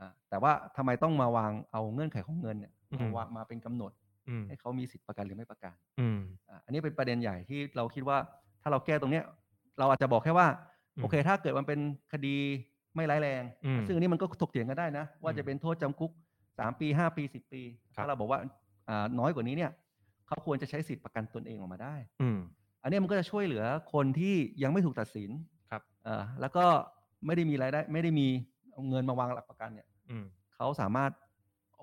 S3: อ่าแต่ว่าทำไมต้องมาวางเอาเงื่อนไขของเงินเนี่ย
S5: อืม
S3: มาว่ามาเป็นกำหนด
S5: อืม
S3: ให้เขามีสิทธิประกันหรือไม่ประกัน
S5: อืม
S3: อ่าอันนี้เป็นประเด็นใหญ่ที่เราคิดว่าถ้าเราแก้ตรงเนี้ยเราอาจจะบอกแค่ว่า
S5: อืม
S3: โอเค ถ้าเกิดมันเป็นคดีไม่ร้ายแรง
S5: อืม
S3: ซึ่งอันนี้มันก็ถกเถียงกันได้นะ ว่า
S5: อืม
S3: จะเป็นโทษจำคุก 3 ปี 5 ปี 10 ปี
S5: ครับ
S3: ถ้าเราบอกว่าอ่าน้อยกว่านี้เนี่ยเขาควรจะใช้สิทธิประกันตนเองออกมาได้
S5: อืม
S3: อันเนี้ยมันก็จะช่วยเหลือคนที่ยังไม่ถูกตัดสิน
S5: ครับ
S3: เอ่อแล้วก็ไม่ได้มีรายได้ไม่ได้มีเอาเงินมาวางหลักประกันเนี่ย
S5: อืม
S3: เขาสามารถ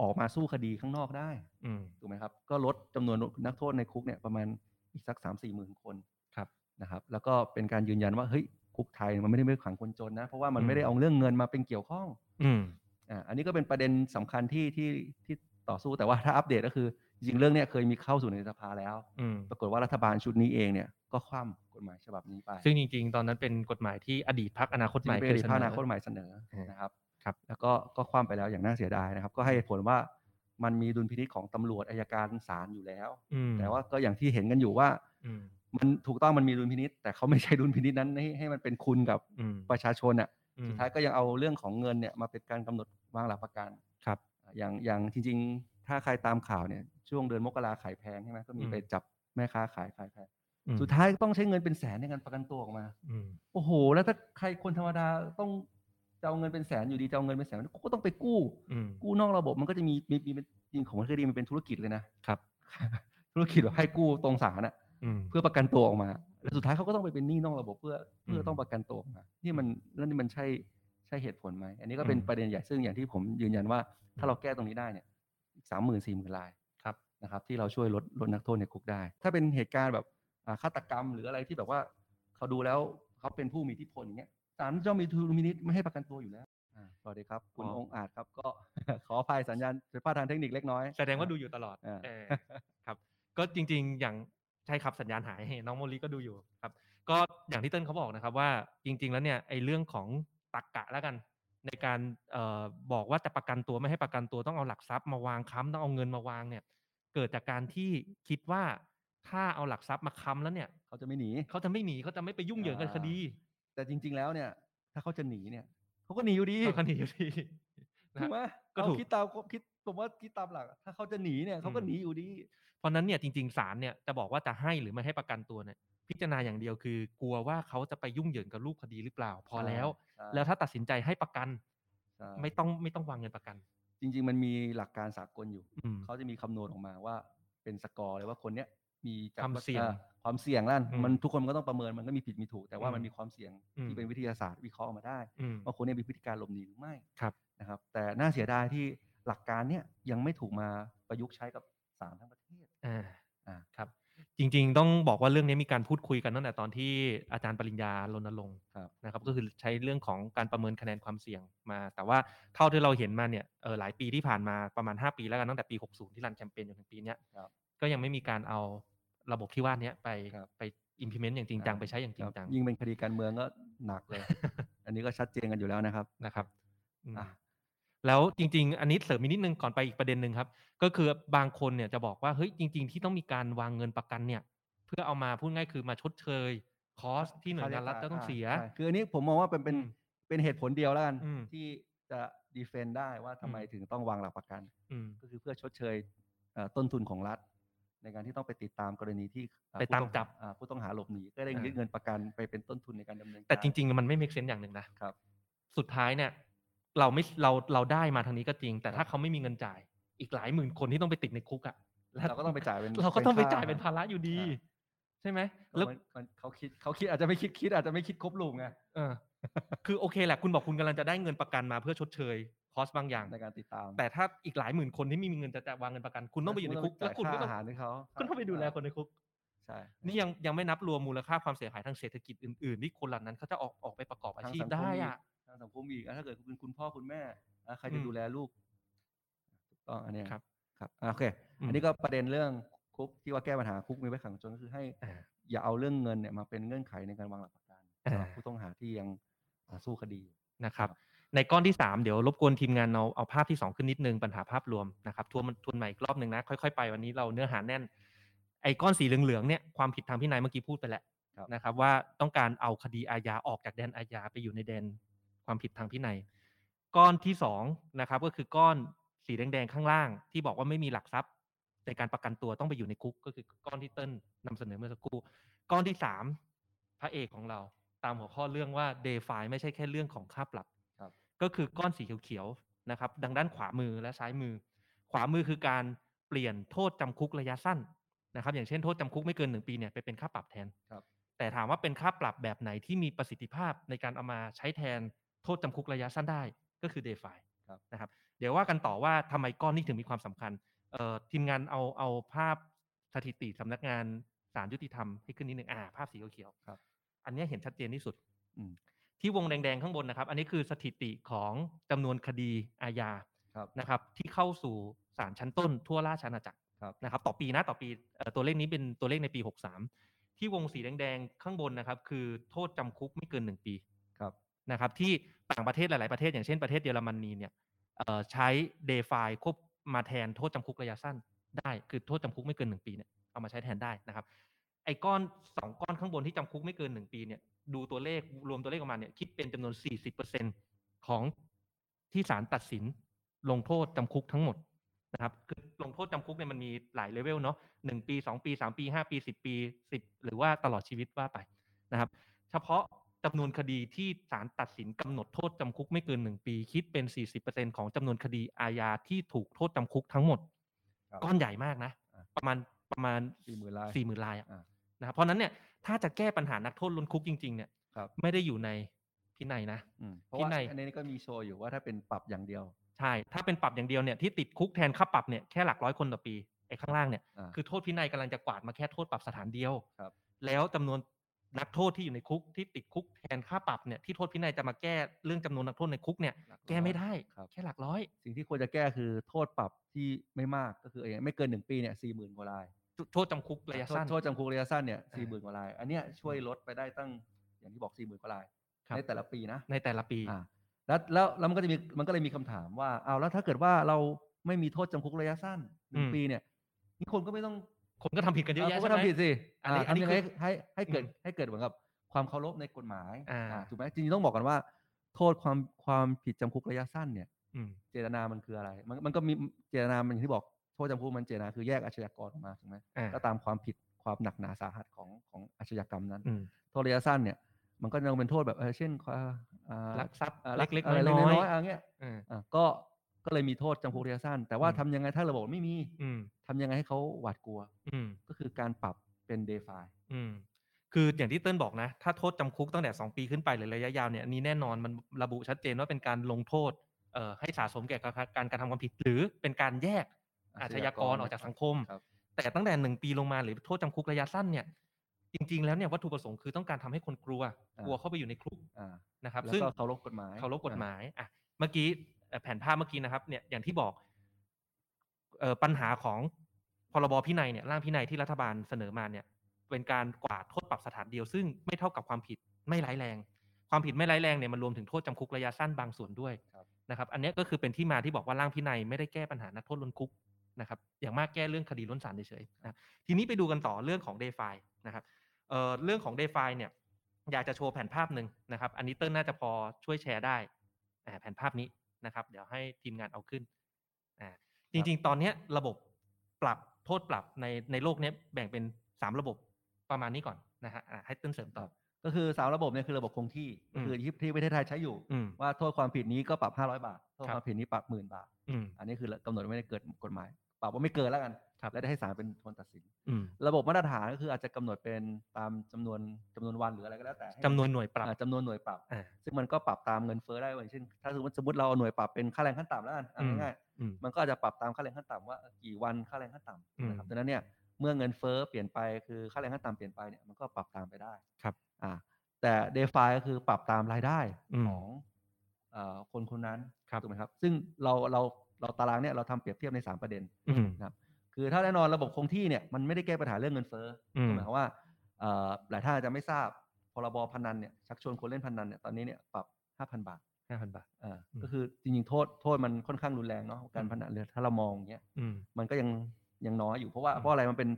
S3: ออกมาสู้คดีข้างนอกได้
S5: อืม
S3: ถูกไหมครับ ก็ลดจำนวนนักโทษในคุกเนี่ยประมาณอีกสักสามสี่หมื่นคน
S5: ครับ
S3: นะครับ แล้วก็เป็นการยืนยันว่าเฮ้ยคุกไทยมันไม่ได้ไม่ขังคนจนนะเพราะว่ามันไม่ได้เอาเรื่องเงินมาเป็นเกี่ยวข้อง
S5: อืม
S3: อ่าอันนี้ก็เป็นประเด็นสำคัญที่ที่ที่ต่อสู้แต่ว่าถ้าอัปเดตก็คือจริงๆเรื่องเนี่ยเคยมีเข้าสู่ในสภาแล้ว
S5: อืม
S3: ปรากฏว่ารัฐบาลชุดนี้เองเนี่ยก็คว่ำกฎหมายฉบับนี้ไป
S5: ซึ่งจริง ๆ ตอนนั้นเป็นกฎหมายที่อดีตพักอนาคต
S3: จริ
S5: ใหม่
S3: งๆ
S5: เคย
S3: เป็นอดี
S5: เส
S3: ต
S5: น
S3: พ
S5: อ
S3: รรคอนาคตใหม่เสนอ
S5: เออ
S3: นะครับ
S5: ครับ
S3: แล้วก็ก็คว่ำไปแล้วอย่างน่าเสียดายนะครับ ก็ให้เหตุผลว่ามันมีดุลพินิจของตำรวจอายการศาลอยู่แล้ว
S5: อืม
S3: แต่ว่าก็อย่างที่เห็นกันอยู่ว่า
S5: อืม
S3: มันถูกต้องมันมีดุลพินิจแต่เขาไม่ใช้ดุลพินิจนั้นให้ให้มันเป็นคุณกับ
S5: อืม
S3: ประชาชนอ่ะ
S5: อืม
S3: สุดท้ายก็ยังเอาเรื่องของเงินเนี่ยมาเป็นการกำหนดวางหลักประกัน
S5: ครับ
S3: อ่ะอย่างอย่างจริง ๆ ถ้าใครตามข่าวเนี่ยช่วงเดือนมกราขายแพงใช่ไหมก็มีไปจับแม่ค้าขายขายแพง
S5: อืม
S3: สุดท้ายก็ต้องใช้เงินเป็นแสนในการประกันตัวออกมา
S5: อืม
S3: โอ้โห แล้วถ้าใครคนธรรมดาต้องจะเอาเงินเป็นแสนอยู่ดีจะเอาเงินเป็นแสนก็ต้องไปกู้
S5: อืม
S3: กู้นอกระบบมันก็จะมีมีมีจริงของมันคือดีมันเป็นธุรกิจเลยนะครับ ธุรกิจแบบให้กู้ตรงศาลน่ะ
S5: อืม
S3: เพื่อประกันตัวออกมา แล้วสุดท้ายเขาก็ต้องไปเป็นหนี้นอกระบบเพื่อเพื่อ
S5: ม
S3: ต้องประกันตัวออกมานี่มันแล้วนี่มันใช่ใช่เหตุผลไหมอันนี้ก็
S5: อืม
S3: เป็นประเด็นใหญ่ซึ่งอย่างที่ผมยืนยันว่า ถ้าเราแก้ตรงนี้ได้เนี่ยสามหมื่นสี่หมื่นลาย
S5: ครับ
S3: นะครับ ที่เราช่วยลดลดนักโทษในคุกได้ ถ้าเป็นเหตุการณ์แบบอ่าฆาตกรรมหรืออะไรที่แบบว่าเขาดูแล้วเขาเป็นผู้มีอิทธิพลอย่างเงี้ยศาลย่อมมีทุนมินิตไม่ให้ประกันตัวอยู่แล้วอ่าสวัสดีครับ คุณ
S5: อ๋อ
S3: องค์อาจครับก็ *laughs* ขออภัยสัญญาณผิดพลาดทางเทคนิคเล็กน้อย
S5: แสดงว่าดูอยู่ตลอด
S3: อ่า
S5: เออครับ ก็จริง ๆ อย่างใช่ครับสัญญาณหายน้องโมลีก็ดูอยู่ครับ ก็อย่างที่เติ้ลเขาบอกนะครับว่าจริง ๆ แล้วเนี่ยไอ้เรื่องของตรกกะแล้วกัน ในการเอ่อบอกว่าจะประกันตัวไม่ให้ประกันตัวต้องเอาหลักทรัพย์มาวางค้ำต้องเอาเงินมาวางเนี่ย เกิดจากการที่คิดว่าถ้าเอาหลักทรัพย์มาค้ำแล้วเนี่ย
S3: เขาจะไม่หนี
S5: เขาจะไม่หนีเขาจะไม่ไปยุ่งเหยิงกับคดี
S3: แต่จริง ๆ แล้วเนี่ย ถ้าเขาจะหนีเนี่ยเขาก็หนีอยู่ดี
S5: เขา
S3: *laughs*
S5: ก็หนีอยู่ดีนะ
S3: ถู
S5: ฮะ
S3: กไหม
S5: ก็
S3: เรา
S5: ถูก
S3: คิดตามคิดผมว่าคิดตามหลักอะถ้าเขาจะหนีเนี่ยเขาก็
S5: อืม
S3: หนีอยู่ดี
S5: เพราะฉะนั้นเนี่ยจริงๆศาลเนี่ยจะบอกว่าจะให้หรือไม่ให้ประกันตัวเนี่ยพิจารณาอย่างเดียวคือ กลัวว่าเขาจะไปยุ่งเหยิงกับรูปคดีหรือเปล่า พอแล้ว
S3: ใช่
S5: แล้วถ้าตัดสินใจให้ประกัน
S3: ใช่
S5: ไม่ต้องไม่ต้องวางเงินประกัน
S3: จริง ๆ มันมีหลักการสากลอยู่
S5: อืม
S3: เขาจะมีคำนวณออกมาว่าเป็นสกอร์เลยว่าคนเนี้ยมีจก
S5: ความเสี่ยง
S3: อ่อความเสี่ยงลั่น
S5: อืม
S3: มันทุกคนมันก็ต้องประเมินมันก็มีผิดมีถูก แต่ว่ามัน
S5: อืม
S3: มีความเสี่ยง
S5: อืม
S3: ที่เป็นวิทยาศาสตร์วิเคราะห์ออกมาได้
S5: อืม
S3: ว่าคนเนี้มีพฤติการหลบหนีหรือไม่
S5: ครับ
S3: นะครับ แต่น่าเสียดายที่หลักการเนี้ยยังไม่ถูกมาประยุกต์ใช้กับศาลทั้งประเทศ
S5: อ่า
S3: อ่า
S5: ครับ จริง ๆ ต้องบอกว่าเรื่องนี้มีการพูดคุยกันตั้งแต่ตอนที่อาจารย์ปริญญารณรงค์
S3: ครับ
S5: นะครับ ก็คือใช้เรื่องของการประเมินคะแนนความเสี่ยงมา แต่ว่าเท่าที่เราเห็นมาเนี่ยเออหลายปีที่ผ่านมาประมาณ 5 ปีแล้วกันตั้งแต่ปี 60 ที่รันแคมเปญจนถึงปีเนี้ย
S3: ครับ
S5: ก็ยังไม่มีการเอาระบบที่ว่าเนี้ยไป
S3: ครับ
S5: ไป implement อย่างจริงจัง
S3: อ่า
S5: ไปใช้อย่างจริง
S3: ค
S5: จั
S3: รับ
S5: ง
S3: ยิ่งเป็นคดีการเมืองก็หนัก
S5: *laughs*
S3: เลย อันนี้ก็ชัดเจนกันอยู่แล้วนะครับ
S5: นะครับอืม
S3: อ่ะ
S5: แล้วจริง ๆ อันนี้เสริมอีกนิดนึงก่อนไปอีกประเด็นหนึ่งครับ ก็คือบางคนเนี่ยจะบอกว่าเฮ้ยจริง ๆ ที่ต้องมีการวางเงินประกันเนี่ย เพื่อเอามาพูดง่ายคือมาชดเชยคอสที่หน่วยงานรัฐจะต้องเสีย
S3: ใช่คืออันนี้ผมมองว่าเป็นเป็น
S5: อืม
S3: เป็นเหตุผลเดียวแล้วกัน
S5: อืม
S3: ที่จะดีเฟนต์ได้ว่าทำไม
S5: อืม
S3: ถึงต้องวางหลักประกัน
S5: อืม
S3: ก็คือเพื่อชดเชยเอ่อต้นทุนของรัฐ ในการที่ต้องไปติดตามกรณีที่เอ่อ
S5: ไปตาม
S3: ผู้อง
S5: จับ
S3: อ่าผู้ต้องหาหลบหนีก็ได้
S5: อ่ายึ
S3: ยึดเงินประกันไปเป็นต้นทุนในการดำเนินการ
S5: แต่จริง ๆ มันไม่เมกเซนอย่างหนึ่งนะครับ สุดท้ายเนี่ย เราไม่เราเราได้มาทางนี้ก็จริง แต่
S3: ครับ
S5: ถ้าเขาไม่มีเงินจ่าย อีกหลายหมื่นคนที่ต้องไปติดในคุกอ่ะแล้ว
S3: เราก็ต้องไปจ่ายเป็น
S5: เราก็ต้องไป
S3: ค่
S5: จ่ายเป็นภาระอยู่ดี
S3: อ่า
S5: ใช่ไหม
S3: ก็
S5: แล้ว
S3: มันมันเขาคิดเขาคิดอาจจะไม่คิดคิดอาจจะไม่คิดครบลูกไง
S5: เออ คือโอเคแหละคุณบอกคุณกำลังจะได้เงินประกันมาเพื่อชดเชยคอสบางอย่าง
S3: ในการติดตาม
S5: แต่ถ้าอีกหลายหมื่นคนที่ไม่มีเงินจะจะวางเงินประกัน คุณต้องไปอยู่ในคุก
S3: แล้
S5: แล้ว ว
S3: คุ
S5: คุณ ณ
S3: ก็
S5: ก็
S3: ต้
S5: ต้อ
S3: อ
S5: งง
S3: หารให้เขา
S5: ก็ต้องไปดูแลคนในคุก
S3: ใช่
S5: นี่ยังยังไม่นับรวมมูลค่าความเสียหายทางเศรษฐกิจอื่นๆที่คนเหล่านั้นเขาจะออกออกไปประกอบอาชีพ
S3: ทางสังคม
S5: ได้อ่ะ
S3: ทางสังคมอีกอ่ะถ้าเกิดคุณเป็นคุณพ่อคุณแม่อ่ะใคร
S5: อื
S3: จะ
S5: ม
S3: ดูแลลูกถูกต้องอันเนี้ย
S5: ครับ
S3: ครับอ่ะโอเค
S5: อืม
S3: อันนี้ก็ประเด็นเรื่องคุกที่ว่าแก้ปัญหาคุกมีไว้ขังโจนก็คือให้
S5: อ่า
S3: อย่าเอาเรื่องเงินเนี่ยมาเป็นเงื่อนไขในการวางหลักประกันสำหรับ
S5: อ่า
S3: ผู้ต้องหาที่ยังอ่าสู้คดีอยู่
S5: นะครับ ในก้อนที่ 3 เดี๋ยวรบกวนทีมงานเอาเอาภาพที่ 2 ขึ้นนิดนึงปัญหาภาพรวมนะครับทวนมันทวนใหม่อีกรอบหนึ่งนะ ค่อยๆไปวันนี้เราเนื้อหาแน่น ไอ้ก้อนสีเหลืองๆเนี่ยความผิดทางพินัยเมื่อกี้พูดไปแล้ว
S3: ครับ
S5: นะครับ ว่าต้องการเอาคดีอาญาออกจากแดนอาญาไปอยู่ในแดนความผิดทางพินัย ก้อนที่2นะครับก็คือก้อนสีแดงๆข้างล่าง ที่บอกว่าไม่มีหลักทรัพย์ในการประกันตัวต้องไปอยู่ในคุก ก็คือก้อนที่เติ้ลนำเสนอเมื่อสักครู่ ก้อนที่สามพระเอกของเราตามหัวข้อเรื่องว่า d e f i ไม่ใช่แค่เรื่องของค่าปรับ
S3: ครับ
S5: ก็คือก้อนสีเขียวๆนะครับ ดังด้านขวามือและซ้ายมือ ขวามือคือการเปลี่ยนโทษจำคุกระยะสั้นนะครับ อย่างเช่นโทษจำคุกไม่เกินหนึ่งปีเนี่ยไปเป็นค่าปรับแทน
S3: ครับ
S5: แต่ถามว่าเป็นค่าปรับแบบไหนที่มีประสิทธิภาพในการเอามาใช้แทนโทษจำคุกระยะสั้นได้ก็คือ d e f i นะครับ เดี๋ยวว่ากันต่อว่าทำไมก้อนนี้ถึงมีความสำคัญ เอ่อทีมงานเอาเอาภาพสถิติสำนักงานศาลยุติธรรมให้ขึ้นนิดนึงอ่าภาพสีเขียวๆ
S3: ครับ
S5: อันเนี้ยเห็นชัดเจนที่สุด
S3: อืม
S5: ที่วงแดงๆข้างบนนะครับ อันนี้คือสถิติของจำนวนคดีอาญา
S3: ครับ
S5: นะครับ ที่เข้าสู่ศาลชั้นต้นทั่วราชอาณาจักร
S3: ครับ
S5: นะครับ ต่อปีนะต่อปีเอ่อตัวเลขนี้เป็นตัวเลขในปี 63 ที่วงสีแดงๆข้างบนนะครับ คือโทษจำคุกไม่เกินหนึ่งปี
S3: ครับ
S5: นะครับที่ต่างประเทศหลาย ๆ ประเทศอย่างเช่นประเทศเยอรมนีเนี่ยเอ่อใช้ d e f i ควบมาแทนโทษจำคุกระยะสั้นได้คือโทษจำคุกไม่เกิน 1 ปีเนี่ยเอามาใช้แทนได้นะครับไอ้ก้อน 2 ก้อนข้างบนที่จำคุกไม่เกิน 1 ปีเนี่ยดูตัวเลขรวมตัวเลขออกมาเนี่ยคิดเป็นจำนวน 40%ของที่ศาลตัดสินลงโทษจำคุกทั้งหมดนะครับคือลงโทษจำคุกเนี่ยมันมีหลายเลเวลเนาะหนึ่งปีสองปีสามปีห้าปีสิบปีสิบหรือว่าตลอดชีวิตว่าไปนะครับ เฉพาะจำนวนคดีที่ศาลตัดสินกำหนดโทษจำคุกไม่เกิน 1 ปี คิดเป็น 40%ของจำนวนคดีอาญาที่ถูกโทษจำคุกทั้งหมด
S3: ครับ
S5: ก้อนใหญ่มากนะ
S3: อ่ะ
S5: ประมาณประมาณ
S3: 40,000ลาย
S5: สี่หมื่นลายอะ
S3: อ่ะ
S5: นะครับเพราะฉะนั้นเนี่ยถ้าจะแก้ปัญหานักโทษล้นคุกจริง ๆ เนี่ย
S3: ครับ
S5: ไม่ได้อยู่ในพินัยนะ
S3: อืมเพราะว่า
S5: ที่ไหน
S3: อันนี้ก็มีโชว์อยู่ว่าถ้าเป็นปรับอย่างเดียว
S5: ใช่ถ้าเป็นปรับอย่างเดียวเนี่ยที่ติดคุกแทนค่าปรับเนี่ยแค่หลักร้อยคนต่อปีไอ้ข้างล่างเนี่ย
S3: อ่า
S5: คือโทษพินัยกำลังจะกวาดมาแค่โทษปรับสถานเดียว
S3: ครับ
S5: แล้วจำนวนนักโทษที่อยู่ในคุกที่ติดคุกแทนค่าปรับเนี่ยที่โทษพินัยจะมาแก้เรื่องจำนวนนักโทษในคุกเนี่ย
S3: หลักร้อย
S5: แก้ไม่ได้
S3: ครับ
S5: แค่หลักร้อย
S3: สิ่งที่ควรจะแก้คือโทษปรับที่ไม่มากก็คืออย่างไม่เกินหนึ่งปีเนี่ยสี่หมื่นกว่าราย
S5: โทษจำคุกระยะสั้น
S3: โทษโทษจำคุกระยะสั้นเนี่ย
S5: เอ
S3: สี่หมื่นกว่าลาย อันเนี้ยช่วยลดไปได้ตั้งอย่างที่บอกสี่หมื่นกว่าลาย
S5: ครับ
S3: ในแต่ละปีนะ
S5: ในแต่ละปี
S3: อ่าแล้วแล้วแล้วมันก็จะมีมันก็เลยมีคำถามว่าเอาแล้วถ้าเกิดว่าเราไม่มีโทษจำคุกระยะสั้นหนึ่งปีเนี่ยนี่คนก็ไม่ต้อง
S5: คนก็ทำผิดกันเยอะแยะ
S3: าขาก็
S5: ใช่ไหม
S3: ทำผิดสิ
S5: อันนี้
S3: อ่า
S5: อันนี้
S3: ทำยังไง
S5: คือ
S3: ให้ให้ให้เกิด
S5: อืม
S3: ให้เกิดเหมือนกับความเคารพในกฎหมาย
S5: อ่า
S3: อ่าถูกไหมจริงๆต้องบอกกันว่า โทษความความผิดจำคุกระยะสั้นเนี่ย
S5: อืม
S3: เจตนามันคืออะไร มันมันก็มีเจตนามันอย่างที่บอกโทษจำคุกมันเจตนาคือแยกอาชญากรออกมาถูกไหม
S5: อ่า
S3: ก็ตามความผิดความหนักหนาสาหัสของของอาชญากรรมนั้น
S5: อืม
S3: โทษระยะสั้นเนี่ยมันก็ยังเป็นโทษแบบเออเช่นความอ่า
S5: ลักทรัพย์
S3: อ่า
S5: เล็กๆ
S3: อะไร
S5: น้อย
S3: น้อยๆ
S5: ๆ
S3: อะไรเงี้ย
S5: อ่า
S3: อ่าก็ก็เลยมีโทษจำคุกระยะสั้น แต่ว่า
S5: อืม
S3: ทำยังไงถ้าเราบอกไม่มี
S5: อืม
S3: ทำยังไงให้เขาหวาดกลัว
S5: อืม
S3: ก็คือการปรับเป็นเดฟา
S5: อืมคืออย่างที่เติ้ลบอกนะ ถ้าโทษจำคุกตั้งแต่ 2 ปีขึ้นไปหรือระยะยาวเนี่ยอันนี้แน่นอนมันระบุชัดเจนว่าเป็นการลงโทษเอ่อให้สะสมแก่การกระทำความผิด หรือเป็นการแยกอาชญากรออกจากสังคม
S3: ครับ
S5: แต่ตั้งแต่ 1 ปีลงมาหรือโทษจำคุกระยะสั้นเนี่ยจริง ๆ แล้วเนี่ยวัตถุประสงค์คือต้องการทำให้คนกลัว กลัวเข้าไปอยู่ในคุก
S3: อ่า
S5: นะครับ
S3: แล้ว
S5: ซึ่ง
S3: ก็เคารพกฎหมาย
S5: เคารพกฎหมาย อ่ะ เมื่อกี้เอ่อแผนภาพเมื่อกี้นะครับ เนี่ย อย่างที่บอกเอ่อปัญหาของพรบพินัยเนี่ย ร่างพินัยที่รัฐบาลเสนอมาเนี่ย เป็นการกวาดโทษปรับสถานเดียว ซึ่งไม่เท่ากับความผิดไม่ร้ายแรง ความผิดไม่ร้ายแรงเนี่ยมันรวมถึงโทษจำคุกระยะสั้นบางส่วนด้วยนะครับ อันเนี้ยก็คือเป็นที่มาที่บอกว่าร่างพินัยไม่ได้แก้ปัญหานักโทษล้นคุกนะครับ อย่างมากแก้เรื่องคดีล้นศาลเฉยๆนะ ทีนี้ไปดูกันต่อเรื่องของเดฟานะครับ เอ่อเรื่องของ d e f i เนี่ยอยากจะโชว์แผนภาพหนึ่งนะครับ อันนี้เติ้ลน่าจะพอช่วยแชร์ได้อ่าแผนภาพนี้นะครับ เดี๋ยวให้ทีมงานเอาขึ้นอ่าจริงๆ ตอนเนี้ยระบบปรับโทษปรับในในโลกเนี้ยแบ่งเป็น 3 ระบบประมาณนี้ก่อนนะฮะอ่าให้เติ้ลเสริมต่อ
S3: ก็คือสามระบบเนี่ยคือระบบคงที่
S5: อืม
S3: คือที่ที่ประเทศไทยใช้อยู่
S5: อืม
S3: ว่าโทษความผิดนี้ก็ปรับ 500 บาท โทษ
S5: ครับ
S3: ความผิดนี้ปรับหมื่นบาท
S5: อืม
S3: อันนี้คือกำหนดไว้ในเกิดกฎหมาย ปรับว่าไม่เกินแล้วกัน
S5: ครับ
S3: และได้ให้ศาลเป็นคนตัดสิน
S5: อืม
S3: ระบบมาตรฐานก็คืออาจจะกำหนดเป็นตามจำนวนจำนวนวันหรืออะไรก็แล้วแต่ให้
S5: จำนวนหน่วยปรับ
S3: อ่าจำนวนหน่วยปรับ
S5: อ่า
S3: ซึ่งมันก็ปรับตามเงินเฟ้อได้อย่างเช่น ถ้าสมมติสมมติเราเอาหน่วยปรับเป็นค่าแรงขั้นต่ำแล้วกันอ่ะ
S5: อืม
S3: ง่ายๆ
S5: อืม
S3: มันก็อาจจะปรับตามค่าแรงขั้นต่ำว่ากี่วันค่าแรงขั้นต่ำนะครับ
S5: อืม
S3: ดังนั้นเนี่ยเมื่อเงินเฟ้อเปลี่ยนไปคือค่าแรงขั้นต่ำเปลี่ยนไปเนี่ยมันก็ปรับตามไปได้
S5: ครับ
S3: อ่าแต่ d e f i ก็คือปรับตามรายได้
S5: อืม
S3: ของเอ่อคนคนนั้น
S5: ครับ
S3: ถูกไหมครับ ซึ่งเราเราเราตารางเนี่ยเราทำเปรียบเทียบใน 3 ประเด็น
S5: อืม
S3: คือถ้าแน่นอนระบบคงที่เนี่ยมันไม่ได้แก้ปัญหาเรื่องเงินเฟ้ออ
S5: ม
S3: ถูกไหมครับว่าเอ่อหลายท่านอาจจะไม่ทราบพรบพนันเนี่ยชักชวนคนเล่นพนันเนี่ยตอนนี้เนี่ยปรับ 5,000 บาท
S5: ห้าพันบาท
S3: เอ่ออ
S5: ม
S3: ก็คือจริงๆโทษโทษมันค่อนข้างรุนแรงเนาะการพนันเลยถ้าเรามองอย่างเงี้ย
S5: อืม
S3: มันก็ยังยังน้อยอยู่เพราะว่า
S5: อืม
S3: เพราะอะไรมันเป็น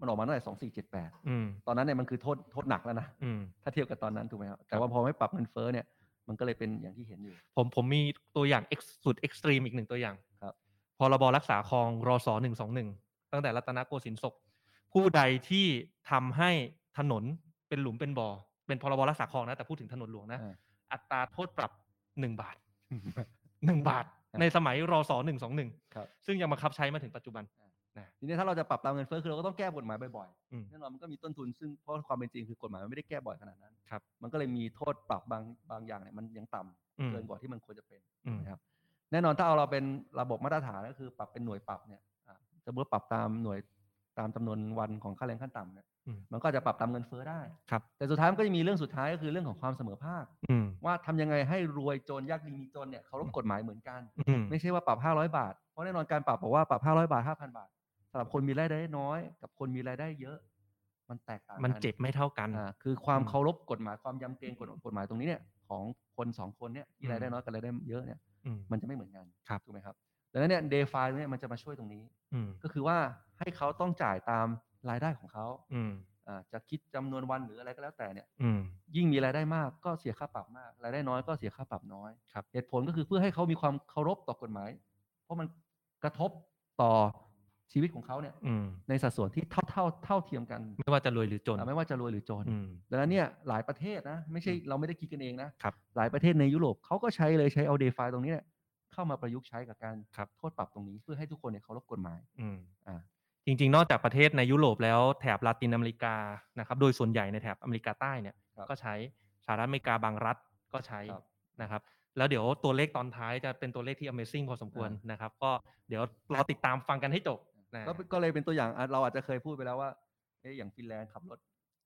S3: มันออกมาตั้งแต่สองสี่เจ็ดแปด
S5: อืม
S3: ตอนนั้นเนี่ยมันคือโทษโทษหนักแล้วนะ
S5: อืม
S3: ถ้าเทียบกับตอนนั้นถูกไหมครับแต่ว่าพอไม่ปรับเงินเฟ้อเนี่ยมันก็เลยเป็นอย่างที่เห็นอยู่
S5: ผมผมมีตัวอย่าง ex- สุดเอ็กซ์ตรีมอีกหนึ่งตัวอย่าง
S3: ครับ
S5: พรบรักษาคลองรอสอหนึ่งสองหนึ่งตั้งแต่รัตนโกสินทร์ศก ผู้ใดที่ทำให้ถนนเป็นหลุมเป็นบ่อ เป็นพรบรักษาคลองนะ แต่พูดถึงถนนหลวงนะ
S3: อ่า
S5: อัตราโทษปรับหนึ่งบาทหนึ่งบาท ในสมัยรอสอหนึ่งสองหนึ่ง
S3: ครับ
S5: ซึ่งยังบังคับใช้มาถึงปัจจุบัน
S3: ทีนี้ถ้าเราจะปรับตามเงินเฟ้อคือเราก็ต้องแก้กฎหมายบ่อย
S5: อืม
S3: ๆแน่นอนมันก็มีต้นทุนซึ่งเพราะความเป็นจริงคือกฎหมายมันไม่ได้แก้บ่อยขนาดนั้น
S5: ครับ
S3: มันก็เลยมีโทษปรับบางบางอย่างเนี่ยมันยังต่ำ
S5: อืม
S3: เกินกว่าที่มันควรจะเป็น
S5: อืม
S3: นะครับแน่นอนถ้าเอาเราเป็นระบบมาตรฐานก็คือปรับเป็นหน่วยปรับเนี่ยอ่าสมมติปรับตามหน่วยตามจำนวนวันของค่าแรงขั้นต่ำเนี่ย
S5: อืม
S3: มันก็จะปรับตามเงินเฟ้อได้
S5: ครับ
S3: แต่สุดท้ายมันก็จะมีเรื่องสุดท้ายก็คือเรื่องของความเสมอภาค
S5: อืม
S3: ว่าทำยังไงให้รวยจนยากดีมีจนเนี่ยเคารพกฎหมายเหมือนกัน
S5: อืม
S3: ไม่ใช่ว่าปรับ 500 บาท เพราะแน่นอนการปรับบอกว่าปรับ 500 บาท 5,000 บาทสำหรับคนมีรายได้น้อย กับคนมีรายได้เยอะ มันแตกต่างกั
S5: มันเจ็บไม่เท่ากัน
S3: อ่าคือความ
S5: อืม
S3: เคารพกฎหมายความยำเกรงกฎกฎหมายตรงนี้เนี่ยของคนสองคนเนี่ยที่
S5: อืม
S3: รายได้น้อยกับรายได้เยอะเนี่ย
S5: อืม
S3: มันจะไม่เหมือนกัน
S5: ครับ
S3: ถูกไหมครับดังนั้นเนี่ยเดฟายเนี่ยมันจะมาช่วยตรงนี้
S5: อืม
S3: ก็คือว่าให้เขาต้องจ่ายตามรายได้ของเขา
S5: อืม
S3: อ่าจะคิดจำนวนวันหรืออะไรก็แล้วแต่เนี่ย
S5: อืม
S3: ยิ่งมีรายได้มากก็เสียค่าปรับมาก รายได้น้อยก็เสียค่าปรับน้อย
S5: ครับ
S3: เหตุผลก็คือเพื่อให้เขามีความเคารพต่อกฎหมาย เพราะมันกระทบต่อชีวิตของเขาเนี่ย
S5: อืม
S3: ในสัดส่วนที่เท่าเท่าเท่าเทียมกัน
S5: ไม่ว่าจะรวยหรือจน
S3: อ่ะไม่ว่าจะรวยหรือจน
S5: อืม
S3: ดังนั้นเนี่ยหลายประเทศนะไม่ใช่เราไม่ได้คิดกันเองนะครับ หลายประเทศในยุโรปเขาก็ใช้เลยใช้เอาเดฟาตรงนี้เนี่ยเข้ามาประยุกต์ใช้กับการ
S5: ครับ
S3: โทษปรับตรงนี้เพื่อให้ทุกคนเนี่ยเคารพกฎหมาย
S5: อืม
S3: อ่า
S5: จริงๆ นอกจากประเทศในยุโรปแล้วแถบลาตินอเมริกานะครับ โดยส่วนใหญ่ในแถบอเมริกาใต้เนี่ย
S3: ครับ
S5: ก็ใช้สหรัฐอเมริกาบางรัฐก็ใช้
S3: ครับ
S5: นะครับ แล้วเดี๋ยวตัวเลขตอนท้ายจะเป็นตัวเลขที่ Amazing พอสมควรนะครับ ก็เดี๋ยวรอติดตามฟังกันให้จบนะ
S3: ก็ก็เลยเป็นตัวอย่างอ่ะเราอาจจะเคยพูดไปแล้วว่าเอ๊ะอย่างฟินแลนด์ขับรถ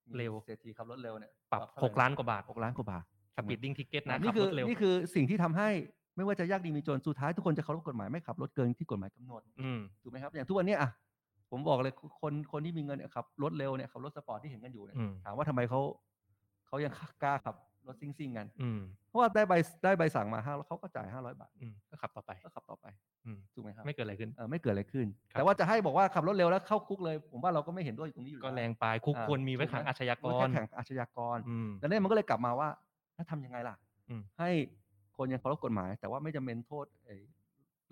S3: มี
S5: เร็ว
S3: เศรษฐีขับรถเร็วเนี่ย
S5: ปรับ
S3: เท่ไห
S5: 6 ล้านกว่าบาท
S3: หกล้านกว่าบาท
S5: สปีดดิ้งทิเก็ตนะ
S3: อ่ะ
S5: ขั
S3: นี่
S5: บ
S3: คื
S5: ร
S3: อ
S5: ถเร็ว
S3: นี่คือสิ่งที่ทำให้ไม่ว่าจะยากดีมีจนสุดท้ายทุกคนจะเคารพกฎหมายไม่ขับรถเกินที่กฎหมายกำหนด
S5: อืม
S3: ถูกไหมครับอย่างทุกวันเนี้อ่ะ ผมบอกเลยคนคนที่มีเงินเนี่ยขับรถเร็วเนี่ยขับรถสปอร์ตที่เห็นกันอยู่เนี่ย
S5: อืม
S3: ถามว่าทำไมเขาเขายังกล้าขับรถซิ่งๆกัน
S5: อืม
S3: เพราะว่าได้ใบได้ใบสั่งมาห้าเขาก็จ่ายห้าร้อยบาท
S5: อืมก็ขับต่อไป
S3: ก็ขับต่อไป
S5: อืม
S3: ถูกไหมครับ
S5: ไม่เกิดอะไรขึ้น
S3: เออไม่เกิดอะไรขึ้น
S5: ครับ
S3: แต่ว่าจะให้บอกว่าขับรถเร็วแล้วเข้าคุกเลย ผมว่าเราก็ไม่เห็นด้วยตรงนี้อยู่
S5: ก็
S3: ล้ว
S5: แรงไปคุก
S3: อ่า
S5: ควรมีไว้
S3: ถูกไหม
S5: ขังอาชญาก
S3: มัน
S5: ร
S3: แค่แข่งอาชญากร
S5: อืม
S3: แล้วเนี่ยมันก็เลยกลับมาว่าถ้าทำยังไงล่ะ
S5: อืม
S3: ให้คนยังเคารพกฎหมาย แต่ว่าไม่จำเป็นโทษไอ้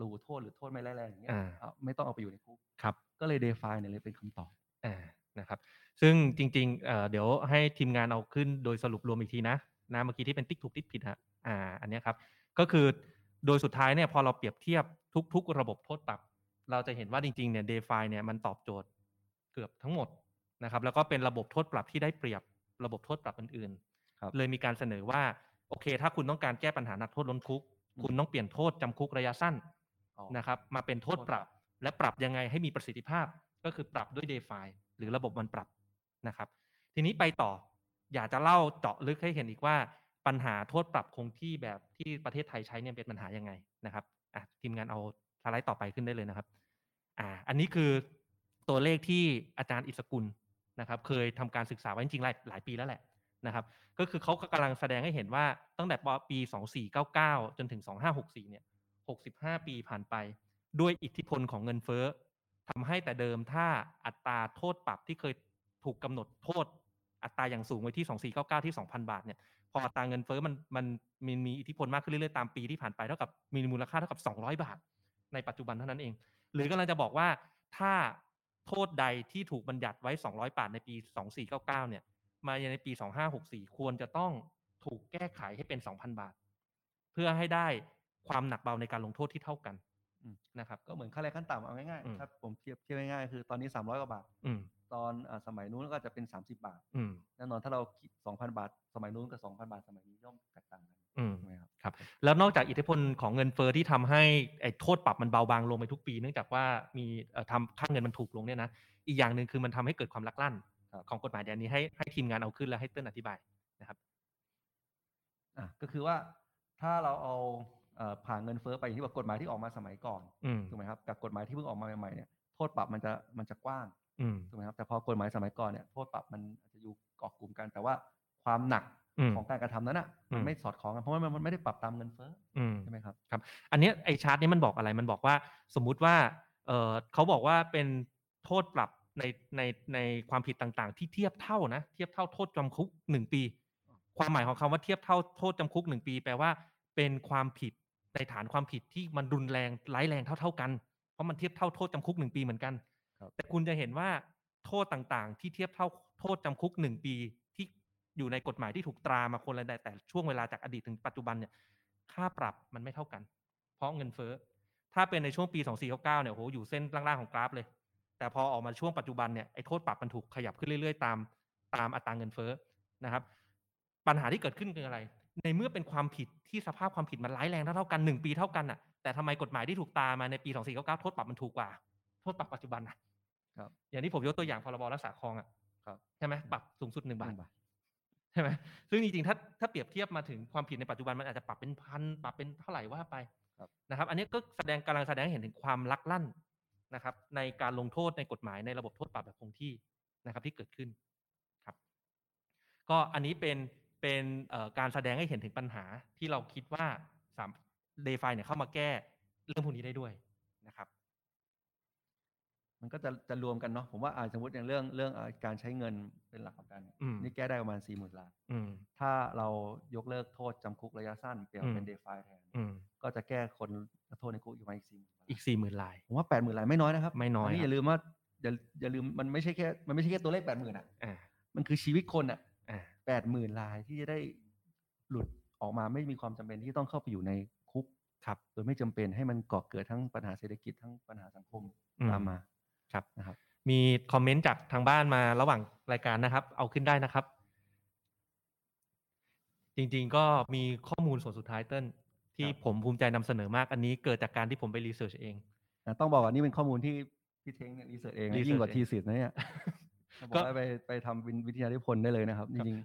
S3: รูโทษหรือโทษไม่ร้ายแรงอย่างเงี้ย
S5: อ่า
S3: เอาไม่ต้องเอาไปอยู่ในคุก
S5: ครับ
S3: ก็เลยเดฟายเนี่ยเลยเป็นคำตอบ
S5: อ่า นะครับ ซึ่งจริงๆเอ่อเดี๋ยวให้ทีมงานเอาขึ้นโดยสรุปรวมอีกทีนะนะเมื่อกี้ที่เป็นติ๊กถูกติ๊กผิดฮะอ่า อันเนี้ยครับ ก็คือโดยสุดท้ายเนี่ยพอเราเปรียบเทียบทุกๆ ระบบโทษปรับ เราจะเห็นว่าจริงๆเนี่ยเดฟาเนี่ยมันตอบโจทย์เกือบทั้งหมดนะครับ แล้วก็เป็นระบบโทษปรับที่ได้เปรียบระบบโทษปรับอื่น
S3: ครับ
S5: ๆ เลยมีการเสนอว่า โอเค ถ้าคุณต้องการแก้ปัญหานักโทษล้นคุก คุณต้องเปลี่ยนโทษจำคุกระยะสั้น
S3: อ๋อ
S5: นะครับมาเป็นโทษ
S3: โทษ
S5: ป
S3: ปรั
S5: รับ
S3: บ
S5: และปรับยังไงให้มีประสิทธิภาพก็คือปรับด้วย d e f i หรือระบบมันปรับนะครับ ทีนี้ไปต่ออยากจะเล่าเจาะลึกให้เห็นอีกว่าปัญหาโทษปรับคงที่แบบที่ประเทศไทยใช้เนี่ยเป็นปัญหายังไงนะครับอ่ะทีมงานเอาสไลด์ต่อไปขึ้นได้เลยนะครับอ่าอันนี้คือตัวเลขที่อาจารย์อิสกุลนะครับ เคยทำการศึกษาไว้จริงๆหลายหลายปีแล้วแหละนะครับ ก็คือเขาก็กำลังแสดงให้เห็นว่าตั้งแต่ปี 2499 จนถึง 2564 เนี่ย 65 ปีผ่านไป ด้วยอิทธิพลของเงินเฟ้อทำให้แต่เดิมถ้าอัตราโทษปรับที่เคยถูกกำหนดโทษ อัตราอย่างสูงไว้ที่ 2499 ที่ 2,000 บาทเนี่ยพออัตราเงินเฟ้อมันมันมีมีอิทธิพลมากขึ้นเรื่อยๆตามปีที่ผ่านไปเท่ากับมีมูลค่าเท่ากับ 200 บาท ในปัจจุบันเท่านั้นเอง หรือกำลังจะบอกว่าถ้าโทษใดที่ถูกบัญญัติไว้ 200 บาทในปี 2499 เนี่ย มาในปี 2564 ควรจะต้องถูกแก้ไขให้เป็น 2,000 บาท เพื่อให้ได้ความหนักเบาในการลงโทษที่เท่ากัน
S3: อืม
S5: นะครับ
S3: ก็เหมือนค่าแรงขั้นต่ำเอาง่าย
S5: อืม
S3: ๆครับผมเทียบเทียบง่ายๆคือตอนนี้ 300กว่าบาท
S5: อืม
S3: ตอนอ่าสมัยนู้นก็จะเป็น 30 บาท
S5: อืม
S3: แน่นอนถ้าเราคิด2,000 บาท สมัยนู้นกับ 2,000 บาทสมัยนี้ย่อมแตกต่างกัน
S5: อืม
S3: ใช่ไหมครับ
S5: แล้วนอกจากอิทธิพลของเงินเฟอ้อที่ทำให้ไอ้โทษปรับมันเบาบางลงไปทุกปี เนื่องจากว่ามีเอ่อทำค่าเงินมันถูกลงเนี่ยนะอีกอย่างหนึ่งคือมันทำให้เกิดความลักลั่น
S3: ครับ
S5: ของกฎหมายเดี๋ยวนี้ให้ให้ทีมงานเอาขึ้นแล้วให้เต้นอธิบาย
S3: อ่ะก็คือว่าถ้าเราเอาเอ่อผ่านเงินเฟ้อไปอย่างที่บอกกฎหมายที่ออกมาสมัยก่อน
S5: อืม
S3: ถูกไหมครับกับกฎหมายที่เพิ่งออกมาใหม่ๆเนี่ยโทษปรับมันจะมันจะกว้าง
S5: อืม
S3: ถูกไหมครับแต่พอกฎหมายสมัยก่อนเนี่ยโทษปรับมันอาจจะอยู่เกาะกลุ่มกันแต่ว่าความหนัก
S5: อืม
S3: ของการกระทำนั้นอ่ะมั
S5: อื
S3: น
S5: ม
S3: ไม่สอดคล้องกันเพราะว่ามันมันไม่ได้ปรับตามเงินเฟ้อ
S5: อืม
S3: ใช่ไหมครับ
S5: อันเนี้ยไอชาร์ตนี้มันบอกอะไรมันบอกว่าสมมุติว่าเออเขาบอกว่าเป็นโทษปรับในในในความผิดต่างๆ ที่เทียบเท่านะ เทียบเท่าโทษจำคุกหนึ่งปี ความหมายของคำว่าเทียบเท่าโทษจำคุกหนึ่งปี แปลว่าเป็นความผิดในฐานความผิดที่มันรุนแรงร้ายแรงเท่าๆกัน เพราะมันเทียบเท่าโทษจำคุกหนึ่งปีเหมือนกัน
S3: ครับ
S5: แต่คุณจะเห็นว่าโทษต่างๆ ที่เทียบเท่าโทษจำคุกหนึ่งปี ที่อยู่ในกฎหมายที่ถูกตรามาคนละแต่แต่ช่วงเวลาจากอดีตถึงปัจจุบันเนี่ย ค่าปรับมันไม่เท่ากัน เพราะเงินเฟ้อ ถ้าเป็นในช่วงปี 2499เนี่ยโหอยู่เส้นล่างๆของกราฟเลย แต่พอออกมาช่วงปัจจุบันเนี่ยไอ้โทษปรับมันถูกขยับขึ้นเรื่อยๆ ตามตามอัตราเงินเฟ้อนะครับ ปัญหาที่เกิดขึ้นคืออะไร ในเมื่อเป็นความผิดที่สภาพความผิดมันร้ายแรงเท่าๆกันหนึ่งปีเท่ากันน่ะแต่ทำไมกฎหมายที่ถูกตามมาในปี 2499 โทษปรับมันถูกกว่า โทษปรับปัจจุบันนะครับ อย่างที่ผมยกตัวอย่างพรบรักษาคลองอ่ะ
S3: ครับ
S5: ใช่ไหมปรับสูงสุดหนึ่งบา
S3: ห
S5: ท
S3: นึ่งบาท
S5: ใช่ไหมซึ่งจริงๆถ้าถ้าเปรียบเทียบมาถึงความผิดในปัจจุบันมันอาจจะปรับเป็นพันปรับเป็นเท่าไหร่ว่าไปนะครับ อันนี้ก็แสดงกำลังแสดงให้เห็นถึงความลักลั่นนะครับ ในการลงโทษในกฎหมายในระบบโทษปรับแบบคงที่นะครับ ที่เกิดขึ้นครับ ก็อันนี้เป็นเป็นเอ่อการแสดงให้เห็นถึงปัญหาที่เราคิดว่าสามเดฟเนี่ยเข้ามาแก้เรื่องพวกนี้ได้ด้วยนะครับ
S3: มันก็จะจะรวมกันเนาะผมว่าอ่าสมมติอย่างเรื่องเรื่องอ่าการใช้เงินเป็นหลักประกันเนี่ย
S5: อืม
S3: นี่แก้ได้ประมาณ4ี่หมื่นล้าน
S5: อืม
S3: ถ้าเรายกเลิกโทษจำคุกระยะสั้นเปลี่ยนเป็
S5: อื
S3: น
S5: ม
S3: เดฟายแทน
S5: อืม
S3: ก็จะแก้คนโทษในคุกอยู่มาอีกสี่หมื่น
S5: อีกสี่หมื่นลาย
S3: ผมว่าแปดหมื่นรายไม่น้อยนะครับ
S5: ไม่น้อย
S3: น
S5: ค
S3: นี้อ
S5: รับ
S3: ย่าลืมว่าอย่าอย่าลืมมันไม่ใช่แค่มันไม่ใช่แค่ตัวเลขแปดหมื่นอ่ะ
S5: อ่า
S3: มันคือชีวิตคนอ่ะ
S5: อ่า
S3: แปดหมื่นรายที่จะได้หลุดออกมาไม่มีความจำเป็นที่ต้องเข้าไปอยู่ในคุก
S5: ครับ
S3: โดยไม่จำเป็นให้มันก่อเกิดทั้งปัญหาเศรษฐกิจทั้งปัญหาสังคม
S5: อื
S3: ตามมา
S5: ครับ
S3: นะครับ
S5: มีคอมเมนต์จากทางบ้านมาระหว่างรายการนะครับ เอาขึ้นได้นะครับ จริงๆก็มีข้อมูลส่วนสุดท้ายเต้น ที่ผมภูมิใจนำเสนอมากอันนี้เกิดจากการที่ผมไปรีเสิร์ชเอง *laughs*
S3: อ่ะต้องบอกว่านี่เป็นข้อมูลที่พี่เท้งเนี่ยรีเสิร์ชเองนะยิ่งกว่า
S5: research
S3: *laughs* ที
S5: เอง
S3: สิทธ์นะเนี่ย
S5: ก็
S3: ก็ไปไปทำวิทยานิพนธ์ได้เลยนะครับจริง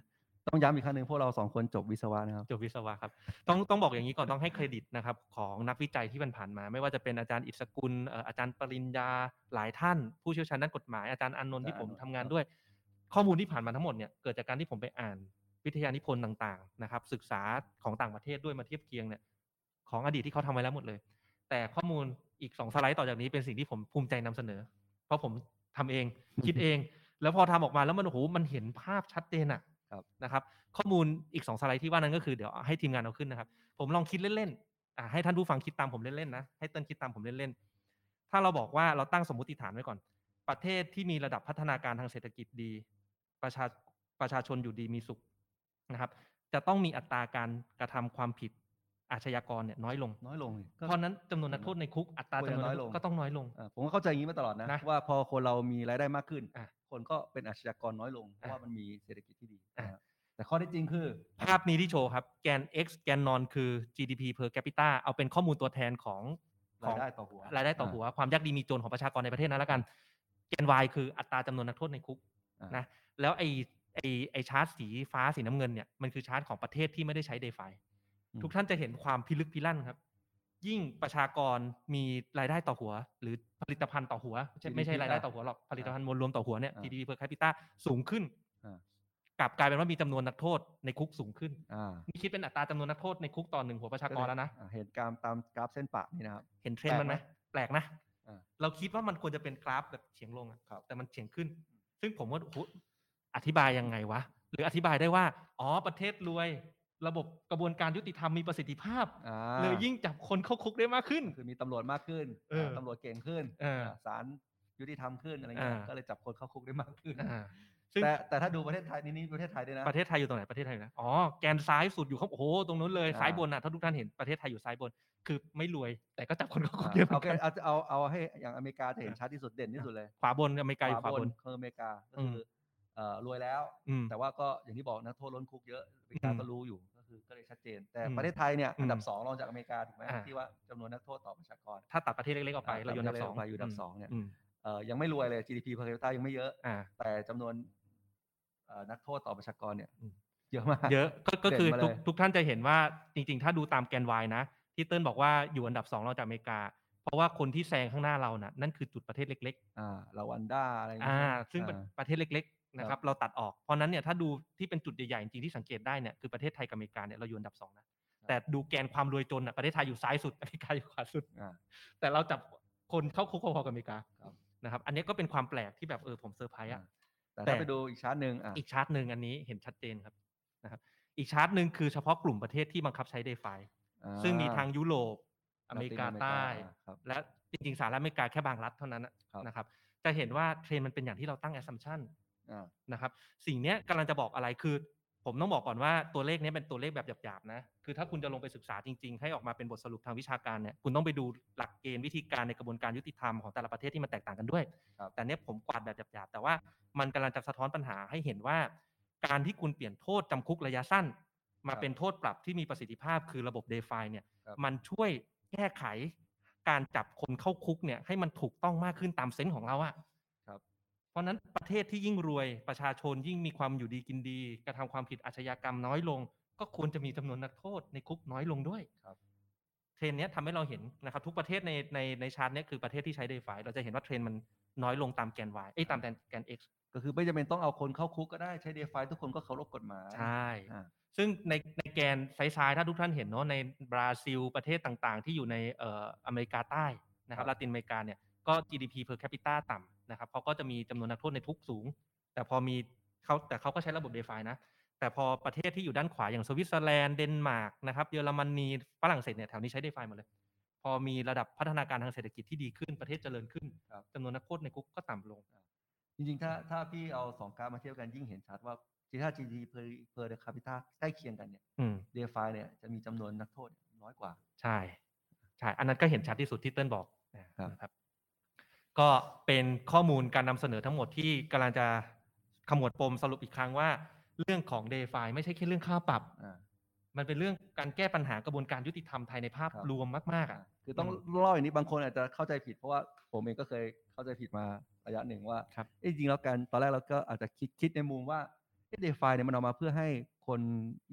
S3: ต้องย้ำอีกครั้งหนึ่งพวกเราสองคนจบวิศวะนะครับ
S5: จบวิศวะครับต้องต้องบอกอย่างนี้ก่อนต้องให้เครดิตนะครับของนักวิจัยที่ผ่านๆมา ไม่ว่าจะเป็นอาจารย์อิศกุลเอ่ออาจารย์ปริญญาหลายท่าน ผู้เชี่ยวชาญด้านกฎหมายอาจารย์อานนท์ที่ผม
S3: อาจารย์
S5: ทำ
S3: อานนท์
S5: งาน
S3: ครับ
S5: ด้วย ข้อมูลที่ผ่านมาทั้งหมดเนี่ยเกิดจากการที่ผมไปอ่านวิทยานิพนธ์ต่างๆนะครับศึกษาของต่างประเทศด้วยมาเทียบเคียงเนี่ยของอดีตที่เขาทำไว้แล้วหมดเลย แต่ข้อมูลอีกสองสไลด์ต่อจากนี้เป็นสิ่งที่ผมภูมิใจนำเสนอ เพราะผมทำเอง คิดเอง แล้วพอทำออกมาแล้วมันโอ้โหมันเห็นภาพชัดเจนอะ
S3: ครับ
S5: นะครับ ข้อมูลอีกสองสไลด์ที่ว่านั้นก็คือเดี๋ยวให้ทีมงานเอาขึ้นนะครับ ผมลองคิดเล่นๆอ่ะให้ท่านผู้ฟังคิดตามผมเล่นๆนะให้เติ้ลคิดตามผมเล่นๆถ้าเราบอกว่าเราตั้งสมมติฐานไว้ก่อน ประเทศที่มีระดับพัฒนาการทางเศรษฐกิจดี ประชาประชาชนอยู่ดีมีสุขนะครับ จะต้องมีอัตราการกระทำความผิดอาชญากรเนี่ยน้อยลง
S3: น้อยลงนี่ก็
S5: เพราะฉะนั้นจำนวนนักโทษในคุกอัตราจำนวนนักโทษก็ต้องน้อยลง
S3: เอ่อผมก็เข้าใจอย่างนี้มาตลอดนะ
S5: นะ
S3: ว่าพอคนเรามีรายได้มากขึ้น
S5: อ่ะ
S3: คนก็เป็นอาชญากรน้อยลง เพ
S5: อ่ะ
S3: ราะว่ามันมีเศรษฐกิจที่ดี
S5: อ่ะ
S3: นะฮะแต่ข้อเท็จจริงคือ
S5: ภาพนี้ที่โชว์ครับ แกน x แกนนอนคือ GDP per capita เอาเป็นข้อมูลตัวแทนของขอ
S3: ราง ยได้ต่อหัว
S5: รายได้ต่อหัว ความยากดีมีจนของประชากรในประเทศนั้นแล้วกัน แกน y คืออัตราจำนวนนักโทษในคุก
S3: อ่ะ
S5: นะแล้วไอ้ไอ้ไอ้ชาร์ตสีฟ้าสีน้ำเงินเนี่ยมันคือชาร์ตของประเทศที่ไม่ได้ใช้เดฟาย
S3: อืม
S5: ทุกท่านจะเห็นความพิลึกพิลั่นครับ ยิ่งประชากรมีรายได้ต่อหัว หรือผลิตภัณฑ์ต่อหัวไม่ใช่
S3: GDP
S5: ไม่ใช่รายได้
S3: อ่ะ
S5: ต่อหัวหรอกผลิตภัณฑ์มวลรวมต่อหัวเนี่ย
S3: อ่ะ
S5: GDP per capita สูงขึ้น
S3: อ่ะ
S5: กลับกลายเป็นว่ามีจำนวนนักโทษในคุกสูงขึ้น
S3: อ่า
S5: นี่คิดเป็นอัตราจำนวนนักโทษในคุกต่อหนึ่งหัวประชากรแล้วนะ
S3: อ่ะเห็นการตามกราฟเส้นปะนี่นะครับ
S5: เห็นเทรนด์มันไหมแปลกนะ
S3: อ่า
S5: เราคิดว่ามันควรจะเป็นกราฟแบบเฉียงลงอะ
S3: ครับ
S5: แต่มันเฉียงขึ้น ซึ่งผมว่าโอ้โหอธิบายยังไงวะ หรืออธิบายได้ว่า อ๋อ ประเทศรวย ระบบกระบวนการยุติธรรมมีประสิทธิภาพ
S3: อ่า
S5: เลยยิ่งจับคนเข้าคุกได้มากขึ้น
S3: คือมีตำรวจมากขึ้น
S5: เออ
S3: ตำรวจเก่งขึ้น
S5: เอออ่
S3: ะศาลยุติธรรมขึ้นอะไรเงี้ย
S5: อ่า
S3: ก็เลยจับคนเข้าคุกได้มากขึ้น
S5: อ่า ซึ่ง
S3: แต่แต่ถ้าดูประเทศไทยนี่นี่ประเทศไทยด้วยนะ
S5: ประเทศไทยอยู่ตรงไหนประเทศไทยอยู่นะอ๋อ แกนซ้ายสุดอยู่ข้างโอ้โห ตรงนู้นเลย
S3: อ่า
S5: ซ้ายบนน่ะ ถ้าทุกท่านเห็นประเทศไทยอยู่ซ้ายบน คือไม่รวย แต่ก็จับคนเข้าคุก
S3: อ่ะ
S5: เยอะเหมือ
S3: เอา
S5: น
S3: แค่
S5: กัน
S3: เอาเอาเอาให้อย่างอเมริกาจะเห็นชัดที่สุดเด่นที่สุดเลย
S5: ขวาบนอเมริกาอยู่ขวาบน
S3: ของอเมริกาก็
S5: อื
S3: คื
S5: ม
S3: อเอ่อรวยแล้ว
S5: อืม
S3: แต่ว่าก็อย่างที่บอกนะโทษล้นคุกเยอะอเมริกา
S5: อืม
S3: ก็รู้อยู่ก็คือก็เลยชัดเจน แต่
S5: อืม
S3: ประเทศไทยเนี่ยอันดับ
S5: อืม
S3: สองรองจากอเมริกาถูกไหม
S5: อ่า
S3: ที่ว่าจำนวนนักโทษต่อประชากร
S5: ถ้าตัดประเทศเล็กๆออกไป
S3: อ่
S5: เราอยู่อันดับสอง
S3: ไปอยู่อันดับสองเนี่ย
S5: อืม
S3: เอ่อยังไม่รวยเลย GDP per capita ยังไม่เยอะ
S5: อ่า
S3: แต่จำนวนเอ่อนักโทษต่อประชากรเนี่ย
S5: อืม
S3: เยอะมาก
S5: เยอะก็ก็คือ
S3: เด่นมาเลย
S5: ทุกทุกท่านจะเห็นว่าจริงๆ ถ้าดูตามแกนวายนะที่เติ้ลบอกว่าอยู่อันดับสองรองจากอเมริกา เพราะว่าคนที่แซงข้างหน้าเราน่ะนั่นคือจุดประเทศเล็ก
S3: าลาวันด้าอะไร
S5: ๆ
S3: เงี้
S5: อ่า
S3: ย
S5: ซึ่งเป็น
S3: อ่า
S5: ประเทศเล็กๆนะครับเราตัดออกเพราะนั้นเนี่ยถ้าดูที่เป็นจุดใหญ่ๆจริงๆที่สังเกตได้เนี่ยคือประเทศไทยกับอเมริกาเนี่ยเราอยู่อันดับสองนะแต่ดูแกนความรวยจนน่ะประเทศไทยอยู่ซ้ายสุดอเมริกาอยู่ขวาสุด
S3: อ่า
S5: แต่เราจับคนเข้าคุกพอๆกับอเมริกา
S3: ครับ
S5: นะครับ อันนี้ก็เป็นความแปลกที่แบบเออผมเซอร์ไพรส์อะ
S3: อ่า แต่
S5: แต่
S3: ถ้าไปดูอีกชาร์ตหนึ่งอ่ะ
S5: อีกชาร์ตหนึ่งอันนี้เห็นชัดเจนครับนะครับ อีกชาร์ตหนึ่งคือเฉพาะกลุ่มประเทศที่บังคับใช้ d e f i
S3: อ่า
S5: ซึ่งมีทั้งยุโรป อเมริกา
S3: ลติน
S5: ใต้
S3: ครับ
S5: และจริงๆสหรัฐอเมริกาแค่บางรัฐเท่านั้นนะครับ นะครับ จะเห็นว่าเทรนด์มันเป็นอย่างที่เราตั้ง assumption
S3: อ่า
S5: นะครับ สิ่งเนี้ยกำลังจะบอกอะไรคือ ผมต้องบอกก่อนว่าตัวเลขเนี้ยเป็นตัวเลขแบบหยาบๆนะ คือถ้าคุณจะลงไปศึกษาจริง ๆ ให้ออกมาเป็นบทสรุปทางวิชาการเนี่ย คุณต้องไปดูหลักเกณฑ์วิธีการในกระบวนการยุติธรรมของแต่ละประเทศที่มันแตกต่างกันด้วย
S3: ครับ
S5: แต่เนี้ยผมกวาดแบบหยาบๆแต่ว่ามันกำลังจะสะท้อนปัญหาให้เห็นว่า การที่คุณเปลี่ยนโทษจำคุกระยะสั้น มาเป็นโทษปรับที่มีประสิทธิภาพคือระบบเดฟายเนี่ย
S3: ครับ
S5: มันช่วยแก้ไขการจับคนเข้าคุกเนี่ยให้มันถูกต้องมากขึ้นตามเซนส์ของเราอะ เพราะฉะนั้นประเทศที่ยิ่งรวยประชาชนยิ่งมีความอยู่ดีกินดี กระทำความผิดอาชญากรรมน้อยลง ก็ควรจะมีจำนวนนักโทษในคุกน้อยลงด้วย
S3: ครับ
S5: เทรนด์เนี้ยทำให้เราเห็นนะครับ ทุกประเทศในในในชาร์ตเนี้ยคือประเทศที่ใช้เดฟายเราจะเห็นว่าเทรนด์มันน้อยลงตามแกน y เอ้ยตามแกนแกน x
S3: ก็คือไม่จำเป็นต้องเอาคนเข้าคุกก็ได้ใช้เดฟายทุกคนก็เคารพกฎหมาย
S5: ใช่
S3: อ่า
S5: ซึ่งในในแกนซ้ายๆถ้าทุกท่านเห็นเนาะในบราซิลประเทศต่างๆ ที่อยู่ในเอ่ออเมริกาใต้นะครับ
S3: ครับ
S5: ลาตินอเมริกาเนี่ยก็ GDP per capita ต่ำนะครับเขาก็จะมีจำนวนนักโทษในทุกสูง แต่พอมีเขาแต่เขาก็ใช้ระบบ d e f i นะ แต่พอประเทศที่อยู่ด้านขวาอย่างสวิตเซอร์แลนด์เดนมาร์กนะครับเยอรมนีฝรั่งเศสเนี่ยแถวนี้ใช้ d e f i หมดเลย พอมีระดับพัฒนาการทางเศรษฐกิจที่ดีขึ้นประเทศเจริญขึ้น
S3: ครับ
S5: จำนวนนักโทษในคุกก็ต่ำลง
S3: จริงๆ ถ้าถ้าพี่เอาสองกราฟมาเทียบกันยิ่งเห็นชัดว่าจีถ้า GDP per per capita ใกล้เคียงกันเนี่ย
S5: อืม
S3: เดฟาเนี่ยจะมีจำนวนนักโทษน้อยกว่า
S5: ใช่ ใช่ อันนั้นก็เห็นชัดที่สุดที่เติ้ลบอกนะครับ ครับ ก็เป็นข้อมูลการนำเสนอทั้งหมดที่กำลังจะขมวดปมสรุปอีกครั้งว่า เรื่องของ d e f i ไม่ใช่แค่เรื่องค่าปรับ
S3: อ่า
S5: มันเป็นเรื่องการแก้ปัญหากระบวนการยุติธรรมไทยในภาพ
S3: ครับ
S5: รวมมากๆ
S3: อ่า
S5: อ่ะ
S3: คือต้อง
S5: อืม
S3: เล่าอย่างนี้บางคนอาจจะเข้าใจผิด เพราะว่าผมเองก็เคยเข้าใจผิดมาระยะหนึ่งว่า
S5: ครับ
S3: เอ้ยจริงๆแล้วกันตอนแรกเราก็อาจจะคิดคิดในมุมว่า เดฟายเนี่ยมันออกมาเพื่อให้คน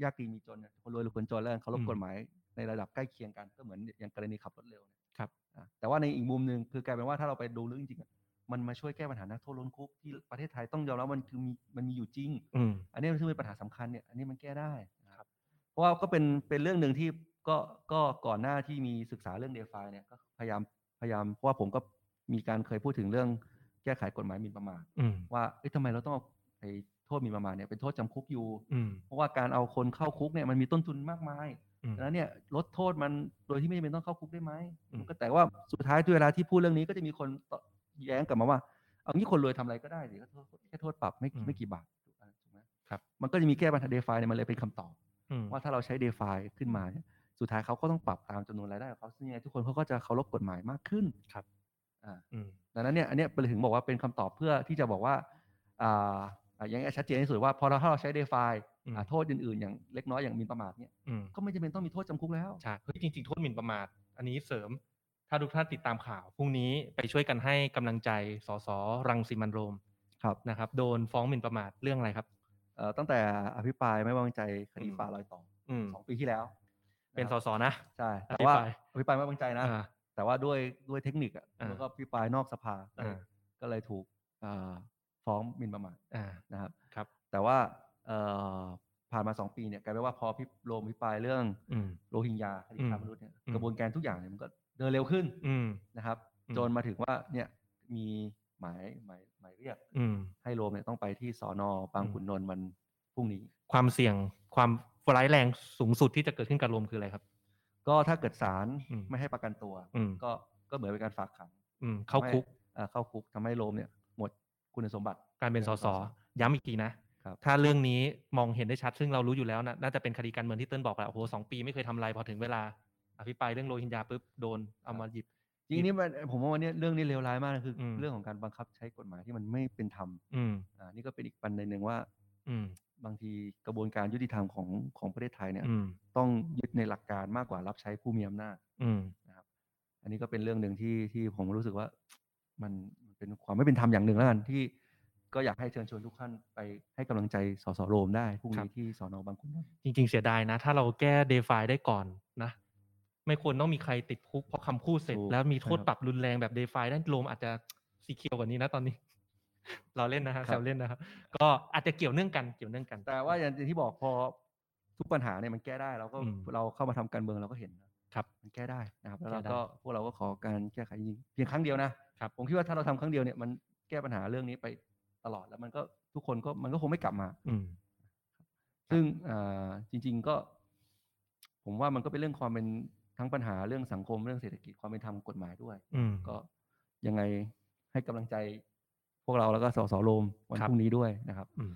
S3: ยากดีมีจนเนี่ยคนรวยหรือคนจนแล้วกันเคารพ
S5: อืม
S3: กฎหมายในระดับใกล้เคียงกันก็เหมือนอย่างกรณีขับรถเร็วเนี่ย
S5: ครับ
S3: อ่ะแต่ว่าในอีกมุมหนึ่งคือกลายเป็นว่าถ้าเราไปดูเรื่องจริงๆอ่ะมันมาช่วยแก้ปัญหานักโทษล้นคุกที่ประเทศไทยต้องยอมรับมันคือมีมันมีอยู่จริง
S5: อืม
S3: อันนี้มันคือเป็นปัญหาสำคัญเนี่ยอันนี้มันแก้ได้นะครับเพราะว่าก็เป็นเป็นเรื่องหนึ่งที่ก็ก็ก่อนหน้าที่มีศึกษาเรื่องเดฟาเนี่ยก็พยายามพยายามเพราะว่าผมก็มีการเคยพูดถึงเรื่องแก้ไขกฎหมายหมิ่นประมาท
S5: อืม
S3: ว่าเอ้ยทำไมเราต้องเอาไอ้โทษหมิ่นประมาทเนี่ยเป็นโทษจำคุกอยู่
S5: อืม
S3: เพราะว่าการเอาคนเข้าคุกเนี่ยมันมีต้นทุนมากมาย
S5: อืม
S3: ดังนั้นเนี่ยลดโทษมันโดยที่ไม่จำเป็นต้องเข้าคุกได้ไหม
S5: อืม
S3: มันก็แต่ว่าสุดท้ายด้วยเวลาที่พูดเรื่องนี้ก็จะมีคนต่อแย้งกลับมาว่า เอางี้คนรวยทำอะไรก็ได้สิก็โทษแค่โทษปรับไม่
S5: อืม
S3: ไม่กี่บาทถูกไหมถูกไหม
S5: ครับ
S3: มันก็จะมีแก้ปัญหาเดฟายเนี่ยมันเลยเป็นคำตอบ
S5: อืม
S3: ว่าถ้าเราใช้เดฟายขึ้นมาเนี่ยสุดท้ายเขาก็ต้องปรับตามจำนวนรายได้ของเขาซึ่งยังไงทุกคนเขาก็จะเคารพกฎหมายมากขึ้น
S5: ครับ
S3: อ่า
S5: อืม
S3: ดังนั้นเนี่ยอันเนี้ยถึงบอกว่าเป็นคำตอบเพื่อที่จะบอกว่าอ่าอ่ะอย่างชัดเจนที่สุดว่าพอเราถ้าเราใช้เดฟาย
S5: อืม
S3: โทษอื่นๆ อย่างเล็กน้อยอย่างหมินประมาทเนี่ย
S5: อืม
S3: ก็ไม่จำเป็นต้องมีโทษจำคุกแล้ว
S5: ใช่เฮ้ยจริงๆโทษหมิ่นประมาท อันนี้เสริม ถ้าทุกท่านติดตามข่าว พรุ่งนี้ไปช่วยกันให้กำลังใจสสรังสิมันต์โรม
S3: ครับ
S5: นะครับ โดนฟ้องหมิ่นประมาทเรื่องอะไรครับ
S3: เอ่อตั้งแต่อภิปรายไม่ไว้วางใจคดี
S5: อืม
S3: ฟ้าลอยต่อ
S5: อืม
S3: สองปีที่แล้ว
S5: เป็นะครับ สสนะ
S3: ใช่
S5: อ
S3: แต่
S5: ภิ
S3: ว่า
S5: ปราย
S3: อภิปรายไม่ไว้วางใจนะ
S5: อ่า
S3: แต่ว่าด้วยด้วยเทคนิคอะ
S5: อ่า
S3: แล้วก็อภิปรายนอกสภาก็เลย
S5: อ่า
S3: ก็เลยถูกอ่าฟ้องหมินประมาท
S5: อ่า
S3: นะครับ
S5: ครับ
S3: แต่ว่าเอ่อผ่านมาสองปีเนี่ยกลายเป็นว่าพอพิโรมพิปรายเรื่อง
S5: อืม
S3: โรฮิงญาคดี
S5: อืม
S3: ค้ามนุษย์เนี่ย
S5: อืม
S3: กระบวนการทุกอย่างเนี่ยมันก็เดินเร็วขึ้น
S5: อืม
S3: นะครับ
S5: อืม
S3: จนมาถึงว่าเนี่ยมีหมายหมายหมายเรียก
S5: อืม
S3: ให้โรมเนี่ยต้องไปที่สอนอบาง
S5: อืม
S3: ขุนนนท์วันพรุ่งนี้
S5: ความเสี่ยงความร้ายแรงสูงสุดที่จะเกิดขึ้นกับโรมคืออะไรครับ
S3: ก็ถ้าเกิดศาล
S5: อืม
S3: ไม่ให้ประกันตัว
S5: อืม
S3: ก็ก็เหมือนเป็นการฝากขัง
S5: อืมเข้าคุก
S3: ทำให้เอ่อเข้าคุกทำให้โรมเนี่ยหมดคุณสมบัติ
S5: การเป็นสสย้ำอีกทีนะ
S3: ครับ
S5: ถ้าเรื่องนี้มองเห็นได้ชัด ซึ่งเรารู้อยู่แล้วนะน่าจะเป็นคดีการเมืองที่เติ้ลบอกแหละโอ้โหสองปีไม่เคยทำอะไรพอถึงเวลา อภิปรายเรื่องโรฮิงญาปุ๊บโดนเอามาหยิบ
S3: จริงๆนี่มันผมว่าวันเนี้ยเรื่องนี้เลวร้ายมากนะคืออ
S5: ม
S3: เรื่องของการบังคับใช้กฎหมายที่มันไม่เป็นธรรม
S5: อืม
S3: อ่านี่ก็เป็นอีกปันหนึ่งว่า
S5: อืม
S3: บางทีกระบวนการยุติธรรมของของประเทศไทยเนี่ย
S5: อืม
S3: ต้องยึดในหลักการมากกว่ารับใช้ผู้มีอำนาจ
S5: อืม
S3: อันนี้ก็เป็นเรื่องหนึ่งที่ที่ผมรู้สึกว่า มันมันเป็นความไม่เป็นธรรมอย่างหนึ่งแล้วกันที่ก็อยากให้เชิญชวนทุกท่านไปให้กำลังใจสสโรมได้พรุ่ง
S5: ครั
S3: นี้
S5: บ
S3: ที่สอนอบางขุนนนท์
S5: จริง ๆ เสียดายนะ ถ้าเราแก้เดฟาได้ก่อนนะ ไม่ควรต้องมีใครติดคุกเพราะคำพูดเสร็จ แล้วมีโทษปรับรุนแรงแบบเดฟาได้โรมอาจจะสีเขียวกว่านี้นะตอนนี้ *laughs* เราเล่นนะฮะแซวเล่นนะครับ ก็อาจจะเกี่ยวเนื่องกันเกี่ยวเนื่องกัน
S3: แต่ว่าอย่างที่บอกพอทุกปัญหาเนี่ยมันแก้ได้เราก็
S5: อืม
S3: เราเข้ามาทำการเมืองเราก็เห็นนะครับ มันแก้ได้นะครับแล้ว
S5: แก้
S3: เรา
S5: ได้
S3: ก็พวกเราก็ขอการแก้ไขจริงๆเพียงครั้งเดียวนะครับ ผมคิดว่าถ้าเราทำครั้งเดียวเนี่ยมันแก้ปัญหาเรื่องนี้ไปตลอดแล้วมันก็ทุกคนก็มันก็คงไม่กลับมา
S5: อืม
S3: ซึ่งอ่าจริง ๆก็ ผมว่ามันก็เป็นเรื่องความเป็นทั้งปัญหาเรื่องสังคมเรื่องเศรษฐกิจความเป็นธรรมกฎหมายด้วย
S5: อืม
S3: ก็ยังไงให้กำลังใจ พวกเราแล้วก็สสโรมวัน
S5: ครับ
S3: พรุ่งนี้ด้วยนะครับ
S5: อืม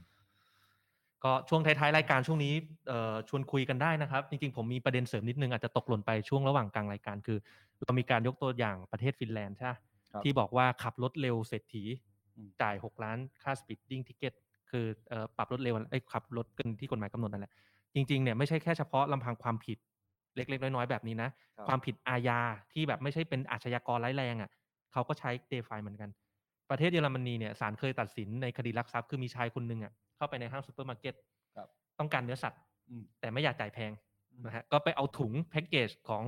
S5: ก็ช่วงท้ายๆรายการช่วงนี้เอ่อชวนคุยกันได้นะครับ จริงๆ ผมมีประเด็นเสริมนิดนึงอาจจะตกหล่นไปช่วงระหว่างกลางรายการคือ เรามีการยกตัวอย่างประเทศฟินแลนด์ใช่ปะ
S3: ครับ
S5: ที่บอกว่าขับรถเร็วเศรษฐี
S3: อืม
S5: จ่าย 6 ล้านค่าสปีดดิ้งทิเก็ตคือเอ่อปรับรถเร็วไอ้ยขับรถเกินที่กฎหมายกำหนดนั่นแหละ จริงๆเนี่ยไม่ใช่แค่เฉพาะลำพังความผิดเล็ก ๆ น้อยๆแบบนี้นะ ความผิดอาญาที่แบบไม่ใช่เป็นอาชญากรร้ายแรงอ่ะเขาก็ใช้เดฟายเหมือนกัน ประเทศเยอรมนีเนี่ยศาลเคยตัดสินในคดีลักทรัพย์คือมีชายคนหนึ่งอ่ะเข้าไปในห้างซูเปอร์มาร์เก็ต
S3: ครับ
S5: ต้องการเนื้อสัตว์
S3: อืม
S5: แต่ไม่อยากจ่ายแพงนะฮะก็ไปเอาถุงแพ็กเกจของ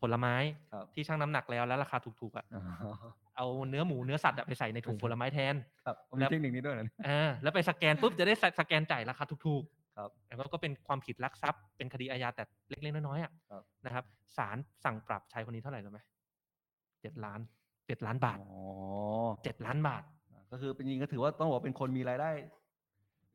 S5: ผลไม้
S3: ครับ
S5: ที่ชั่งน้ำหนักแล้วแล้วราคาถูกๆอ่ะ
S3: อ๋อ
S5: เอาเนื้อหมูเนื้อสัตว์อะไปใส่ใน
S3: *laughs*
S5: ถุงผลไม้แทน
S3: ครับผม
S5: แล้ว
S3: มีเทคนิคนี้ด้วยนะ
S5: อ่าแล้วไปสแกนปุ๊บจะได้สสแกนจ่ายราคาถูกๆ
S3: ครับ
S5: แล้วก็เป็นความผิดลักทรัพย์ เป็นคดีอาญาแต่เล็กๆน้อยๆอ่ะ
S3: ครับ
S5: นะครับศาลสั่งปรับชายคนนี้เท่าไหร่รู้ไหมเจ็ดล้านเจ็ดล้านบาท
S3: อ๋อ
S5: เจ็ดล้านบาท
S3: ก็คือเป็นจริงก็ถือว่าต้องบอกว่าเป็นคนมีรายได้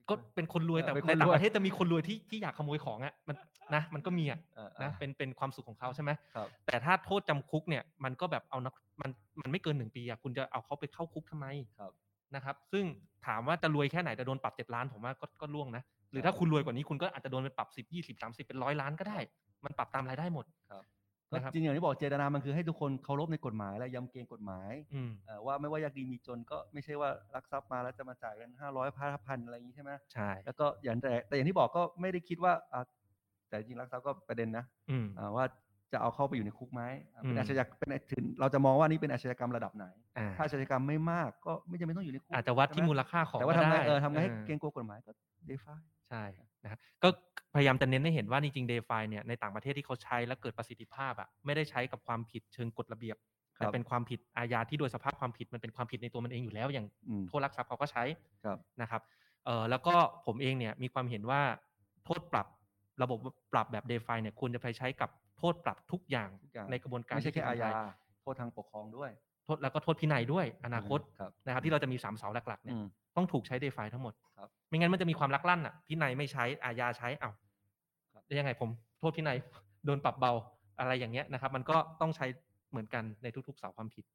S5: ก็เป็นคนรวย
S3: เออ
S5: แต่
S3: เป็นคน
S5: ในต่าง
S3: รวย
S5: ประเทศจะมีคนรวยที่ที่อยากขโมยของอ่ะมันนะมันก็มีอ่ะ
S3: อ่า
S5: นะ
S3: อ่า
S5: เป็นเป็นความสุขของเขาใช่ไหม
S3: ครับ
S5: แต่ถ้าโทษจำคุกเนี่ยมันก็แบบเอานักมันมันไม่เกินหนึ่งปีอ่ะคุณจะเอาเขาไปเข้าคุกทำไม
S3: ครับ
S5: นะครับซึ่งถามว่าจะรวยแค่ไหนแต่โดนปรับเจ็ดล้านผมว่าก็ก็ล่วงนะ หรือ
S3: ครับ
S5: ถ้าคุณรวยกว่านี้คุณก็อาจจะโดนเป็นปรับสิบยี่สิบสามสิบเป็นร้อยล้านก็ได้ มันปรับตามรายได้หมด
S3: ครับ ก็
S5: นะครับ
S3: จริงอย่างที่บอกเจตนามันคือให้ทุกคนเคารพในกฎหมายและยำเกรงกฎหมาย
S5: อืม
S3: เอ่อว่าไม่ว่ายากดีมีจนก็ไม่ใช่ว่ารักทรัพย์มาแล้วจะมาจ่ายกันห้าร้อยพันอะไรอย่างนี้ใช่ไหม
S5: ใช่
S3: แล้วก็อย่างแต่แต่อย่างที่บอกก็ไม่ได้คิดว่าอ่ะแต่จริงรักทรัพย์ก็ประเด็นนะ
S5: อืม
S3: อ่าว่า จะเอาเข้าไปอยู่ในคุกไหมอ่ะ
S5: อื
S3: เป็น
S5: ม
S3: อาชญากรรมเป็นถึงเราจะมองว่านี่เป็นอาชญากรรมระดับไหน
S5: อ่า
S3: ถ้าอาชญากรรมไม่มากก็ไม่จำเป็นต้องอยู่ในคุก
S5: อาจจะวัดที่
S3: ใช่ไห
S5: มูลค่าของ
S3: แต่ว่าทำ
S5: ก็
S3: ไง
S5: ด้
S3: เออทำไงให้
S5: ออ
S3: เกรงกลัวกฎหมายก็เดฟา
S5: ใช่นะครับก็พยายามจะเน้นให้เห็นว่าจริงๆ DeFi เนี่ยในต่างประเทศที่เขาใช้และเกิดประสิทธิภาพอะไม่ได้ใช้กับความผิดเชิงกฎระเบียบ
S3: ครั
S5: แต่
S3: บ
S5: เป็นความผิดอาญาที่โดยสภาพความผิดมันเป็นความผิดในตัวมันเองอยู่แล้ว อย่าง
S3: อืม
S5: โทษลักทรัพย์เขาก็ใช้
S3: ครับ
S5: นะครับเออแล้วก็ผมเองเนี่ยมีความเห็นว่าโทษปรับระบบปรับแบบ DeFi เนี่ยควรจะไปใช้กับโทษปรับทุกอย่าง
S3: ทุกอย่าง
S5: ในกระบวนการ
S3: ไม่ใช่แค่
S5: ยุ
S3: อา
S5: ติธรร
S3: ญา
S5: มไท
S3: โทษทางปกครองด้วย
S5: โทษแล้วก็โทษพินัยด้วยอนาคต
S3: ครับ
S5: นะครับที่เราจะมีสามเสาหลักๆเนี่ย
S3: อืม
S5: ต้องถูกใช้ DeFi ทั้งหมด
S3: ครับ
S5: ไม่งั้นมันจะมีความลักลั่นอ่ะพินัยไม่ใช้ อาญาใช้ เอ้า
S3: ครับ
S5: ได้ยังไงผมโทษพินัย *laughs* โดนปรับเบาอะไรอย่างเงี้ยนะครับ มันก็ต้องใช้เหมือนกันในทุกๆเสาความผิด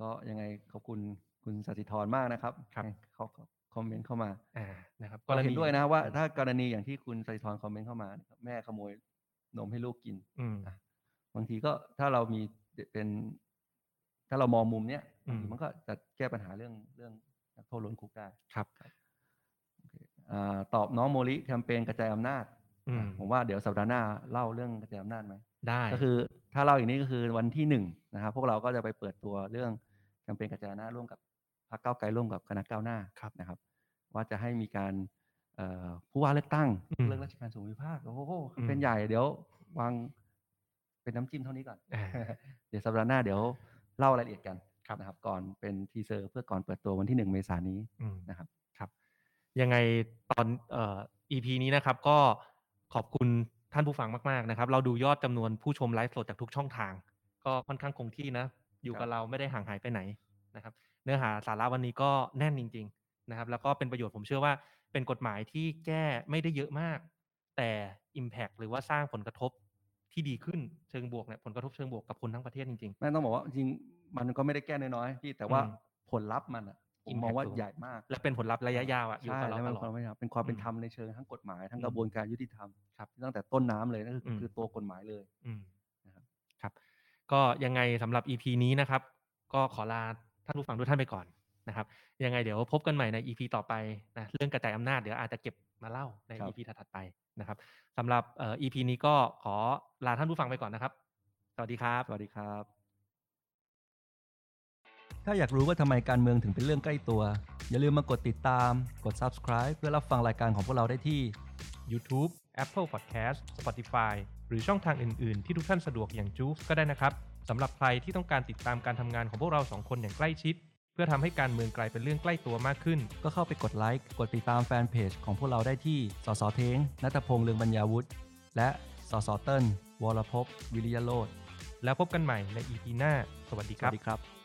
S3: ก็ยังไงขอบคุณคุณสศิธรมากนะครับ
S5: ครับ
S3: เขาเขาคอมเมนต์เข้ามา
S5: อ่านะครับ
S3: ก็เห็นด้วยนะว่า
S5: อืม
S3: ถ้ากรณีอย่างที่คุณสศิธรคอมเมนต์เข้ามานะครับแม่ขโมยนมให้ลูกกิน
S5: อืม
S3: บางทีก็ถ้าเรามีเป็น ถ้าเรามองมุมเนี้ย
S5: อืม
S3: มันก็จะแก้ปัญหาเรื่องเรื่องนักโทษล้นคุกได้
S5: ครับ
S3: อาตอบน้องโมลิแคมเปญกระจายอำนาจ
S5: อืม
S3: ผมว่าเดี๋ยวสัปดาห์หน้าเล่าเรื่องกระจายอำนาจไหม
S5: ได้
S3: ก็คือถ้าเล่าอย่างนี้ก็คือวันที่หนึ่งนะครับพวกเราก็จะไปเปิดตัวเรื่องแคมเปญกระจายอำนาจร่วมกับพรรคก้าวไกลร่วมกับคณะก้าวหน้านะครับ ว่าจะให้มีการเอ่อผู้ว่าเลือกตั้ง
S5: ม
S3: เลือกราชการสูงวิภาคโอ้โห
S5: อืม
S3: เป็นใหญ่เดี๋ยววางเป็นน้ำจิ้มเท่านี้ก่อน *laughs*
S5: อ่า
S3: เดี๋ยวสัปดาห์หน้าเดี๋ยวเล่ารายละเอียดกัน
S5: ครับ
S3: นะครับ ก่อนเป็นทีเซอร์เพื่อก่อนเปิดตัววันที่หนึ่งเมษายนนี้
S5: อืม
S3: นะครับ
S5: ครับ ยังไงตอนเอ่อ EP นี้นะครับ ก็ขอบคุณท่านผู้ฟังมากๆนะครับ เราดูยอดจำนวนผู้ชมไลฟ์สดจากทุกช่องทาง ก็ค่อนข้างคงที่นะ อยู่กับเราไม่ได้ห่างหายไปไหนนะครับ เนื้อหาสาระวันนี้ก็แน่นจริง ๆนะครับ แล้วก็เป็นประโยชน์ผมเชื่อว่าเป็นกฎหมายที่แก้ไม่ได้เยอะมาก แต่ Impact หรือว่าสร้างผลกระทบที่ดีขึ้นเชิงบวกเนี่ยผลกระทบเชิงบวกกับคนทั้งประเทศจริง
S3: แม่ต้องบอกว่าจริงๆมันก็ไม่ได้แก้น้อยๆพี่แต่ว่า
S5: อืม
S3: ผลลัพธ์มันอะผมมอง
S5: Impact
S3: ว่า
S5: สูง
S3: ใหญ่มาก
S5: ๆ และเป็นผลลัพธ์ระยะยาวอะอยู่
S3: ใช่
S5: กับเรา
S3: แล้
S5: ต
S3: วมัน
S5: ลอด
S3: ความไม่ธรรมเป็นความเป็น
S5: อืม
S3: ธรรมในเชิงทั้งกฎหมายทั้ง
S5: อืม
S3: กระบวนการยุติธรรม
S5: ครับ
S3: ตั้งแต่ต้นน้ำเลยนั่นคืออ
S5: ม
S3: คือตัวกฎหมายเลย
S5: อืม
S3: นะครับ
S5: ครับ ก็ยังไงสำหรับ EP นี้นะครับ ก็ขอลาท่านผู้ฟังทุกท่านไปก่อนนะครับ ยังไงเดี๋ยวพบกันใหม่ใน EP ต่อไปนะเรื่องกระจายอำนาจเดี๋ยวอาจจะเก็บมาเล่าใน
S3: ครับ
S5: EP ถัดๆไปนะครับสำหรับเอ่อ EP นี้ก็ขอลาท่านผู้ฟังไปก่อนนะครับ สวัสดีครับ
S3: สวัสดีครับ ถ้าอยากรู้ว่าทำไมการเมืองถึงเป็นเรื่องใกล้ตัว อย่าลืมมากดติดตาม กด subscribe เพื่อรับฟังรายการของพวกเราได้ที่
S5: YouTube Apple Podcast Spotify หรือช่องทางอื่น ๆ ที่ทุกท่านสะดวกอย่างจูฟก็ได้นะครับสำหรับใครที่ต้องการติดตามการทำงานของพวกเราสองคนอย่างใกล้ชิด เพื่อทำให้การเมืองกลายเป็นเรื่องใกล้ตัวมากขึ้น
S3: ก็เข้าไปกดไลค์กดติดตามแฟนเพจของพวกเราได้ที่สสเทงนัทพงษ์เลืองบรรยาวุฒิและสสเติ้ลวรภพวิริยโรธ
S5: แล้วพบกันใหม่ใน EP หน้า สวัสดี
S3: ส
S5: ค
S3: วั
S5: รั
S3: ส
S5: บ
S3: ดีครับ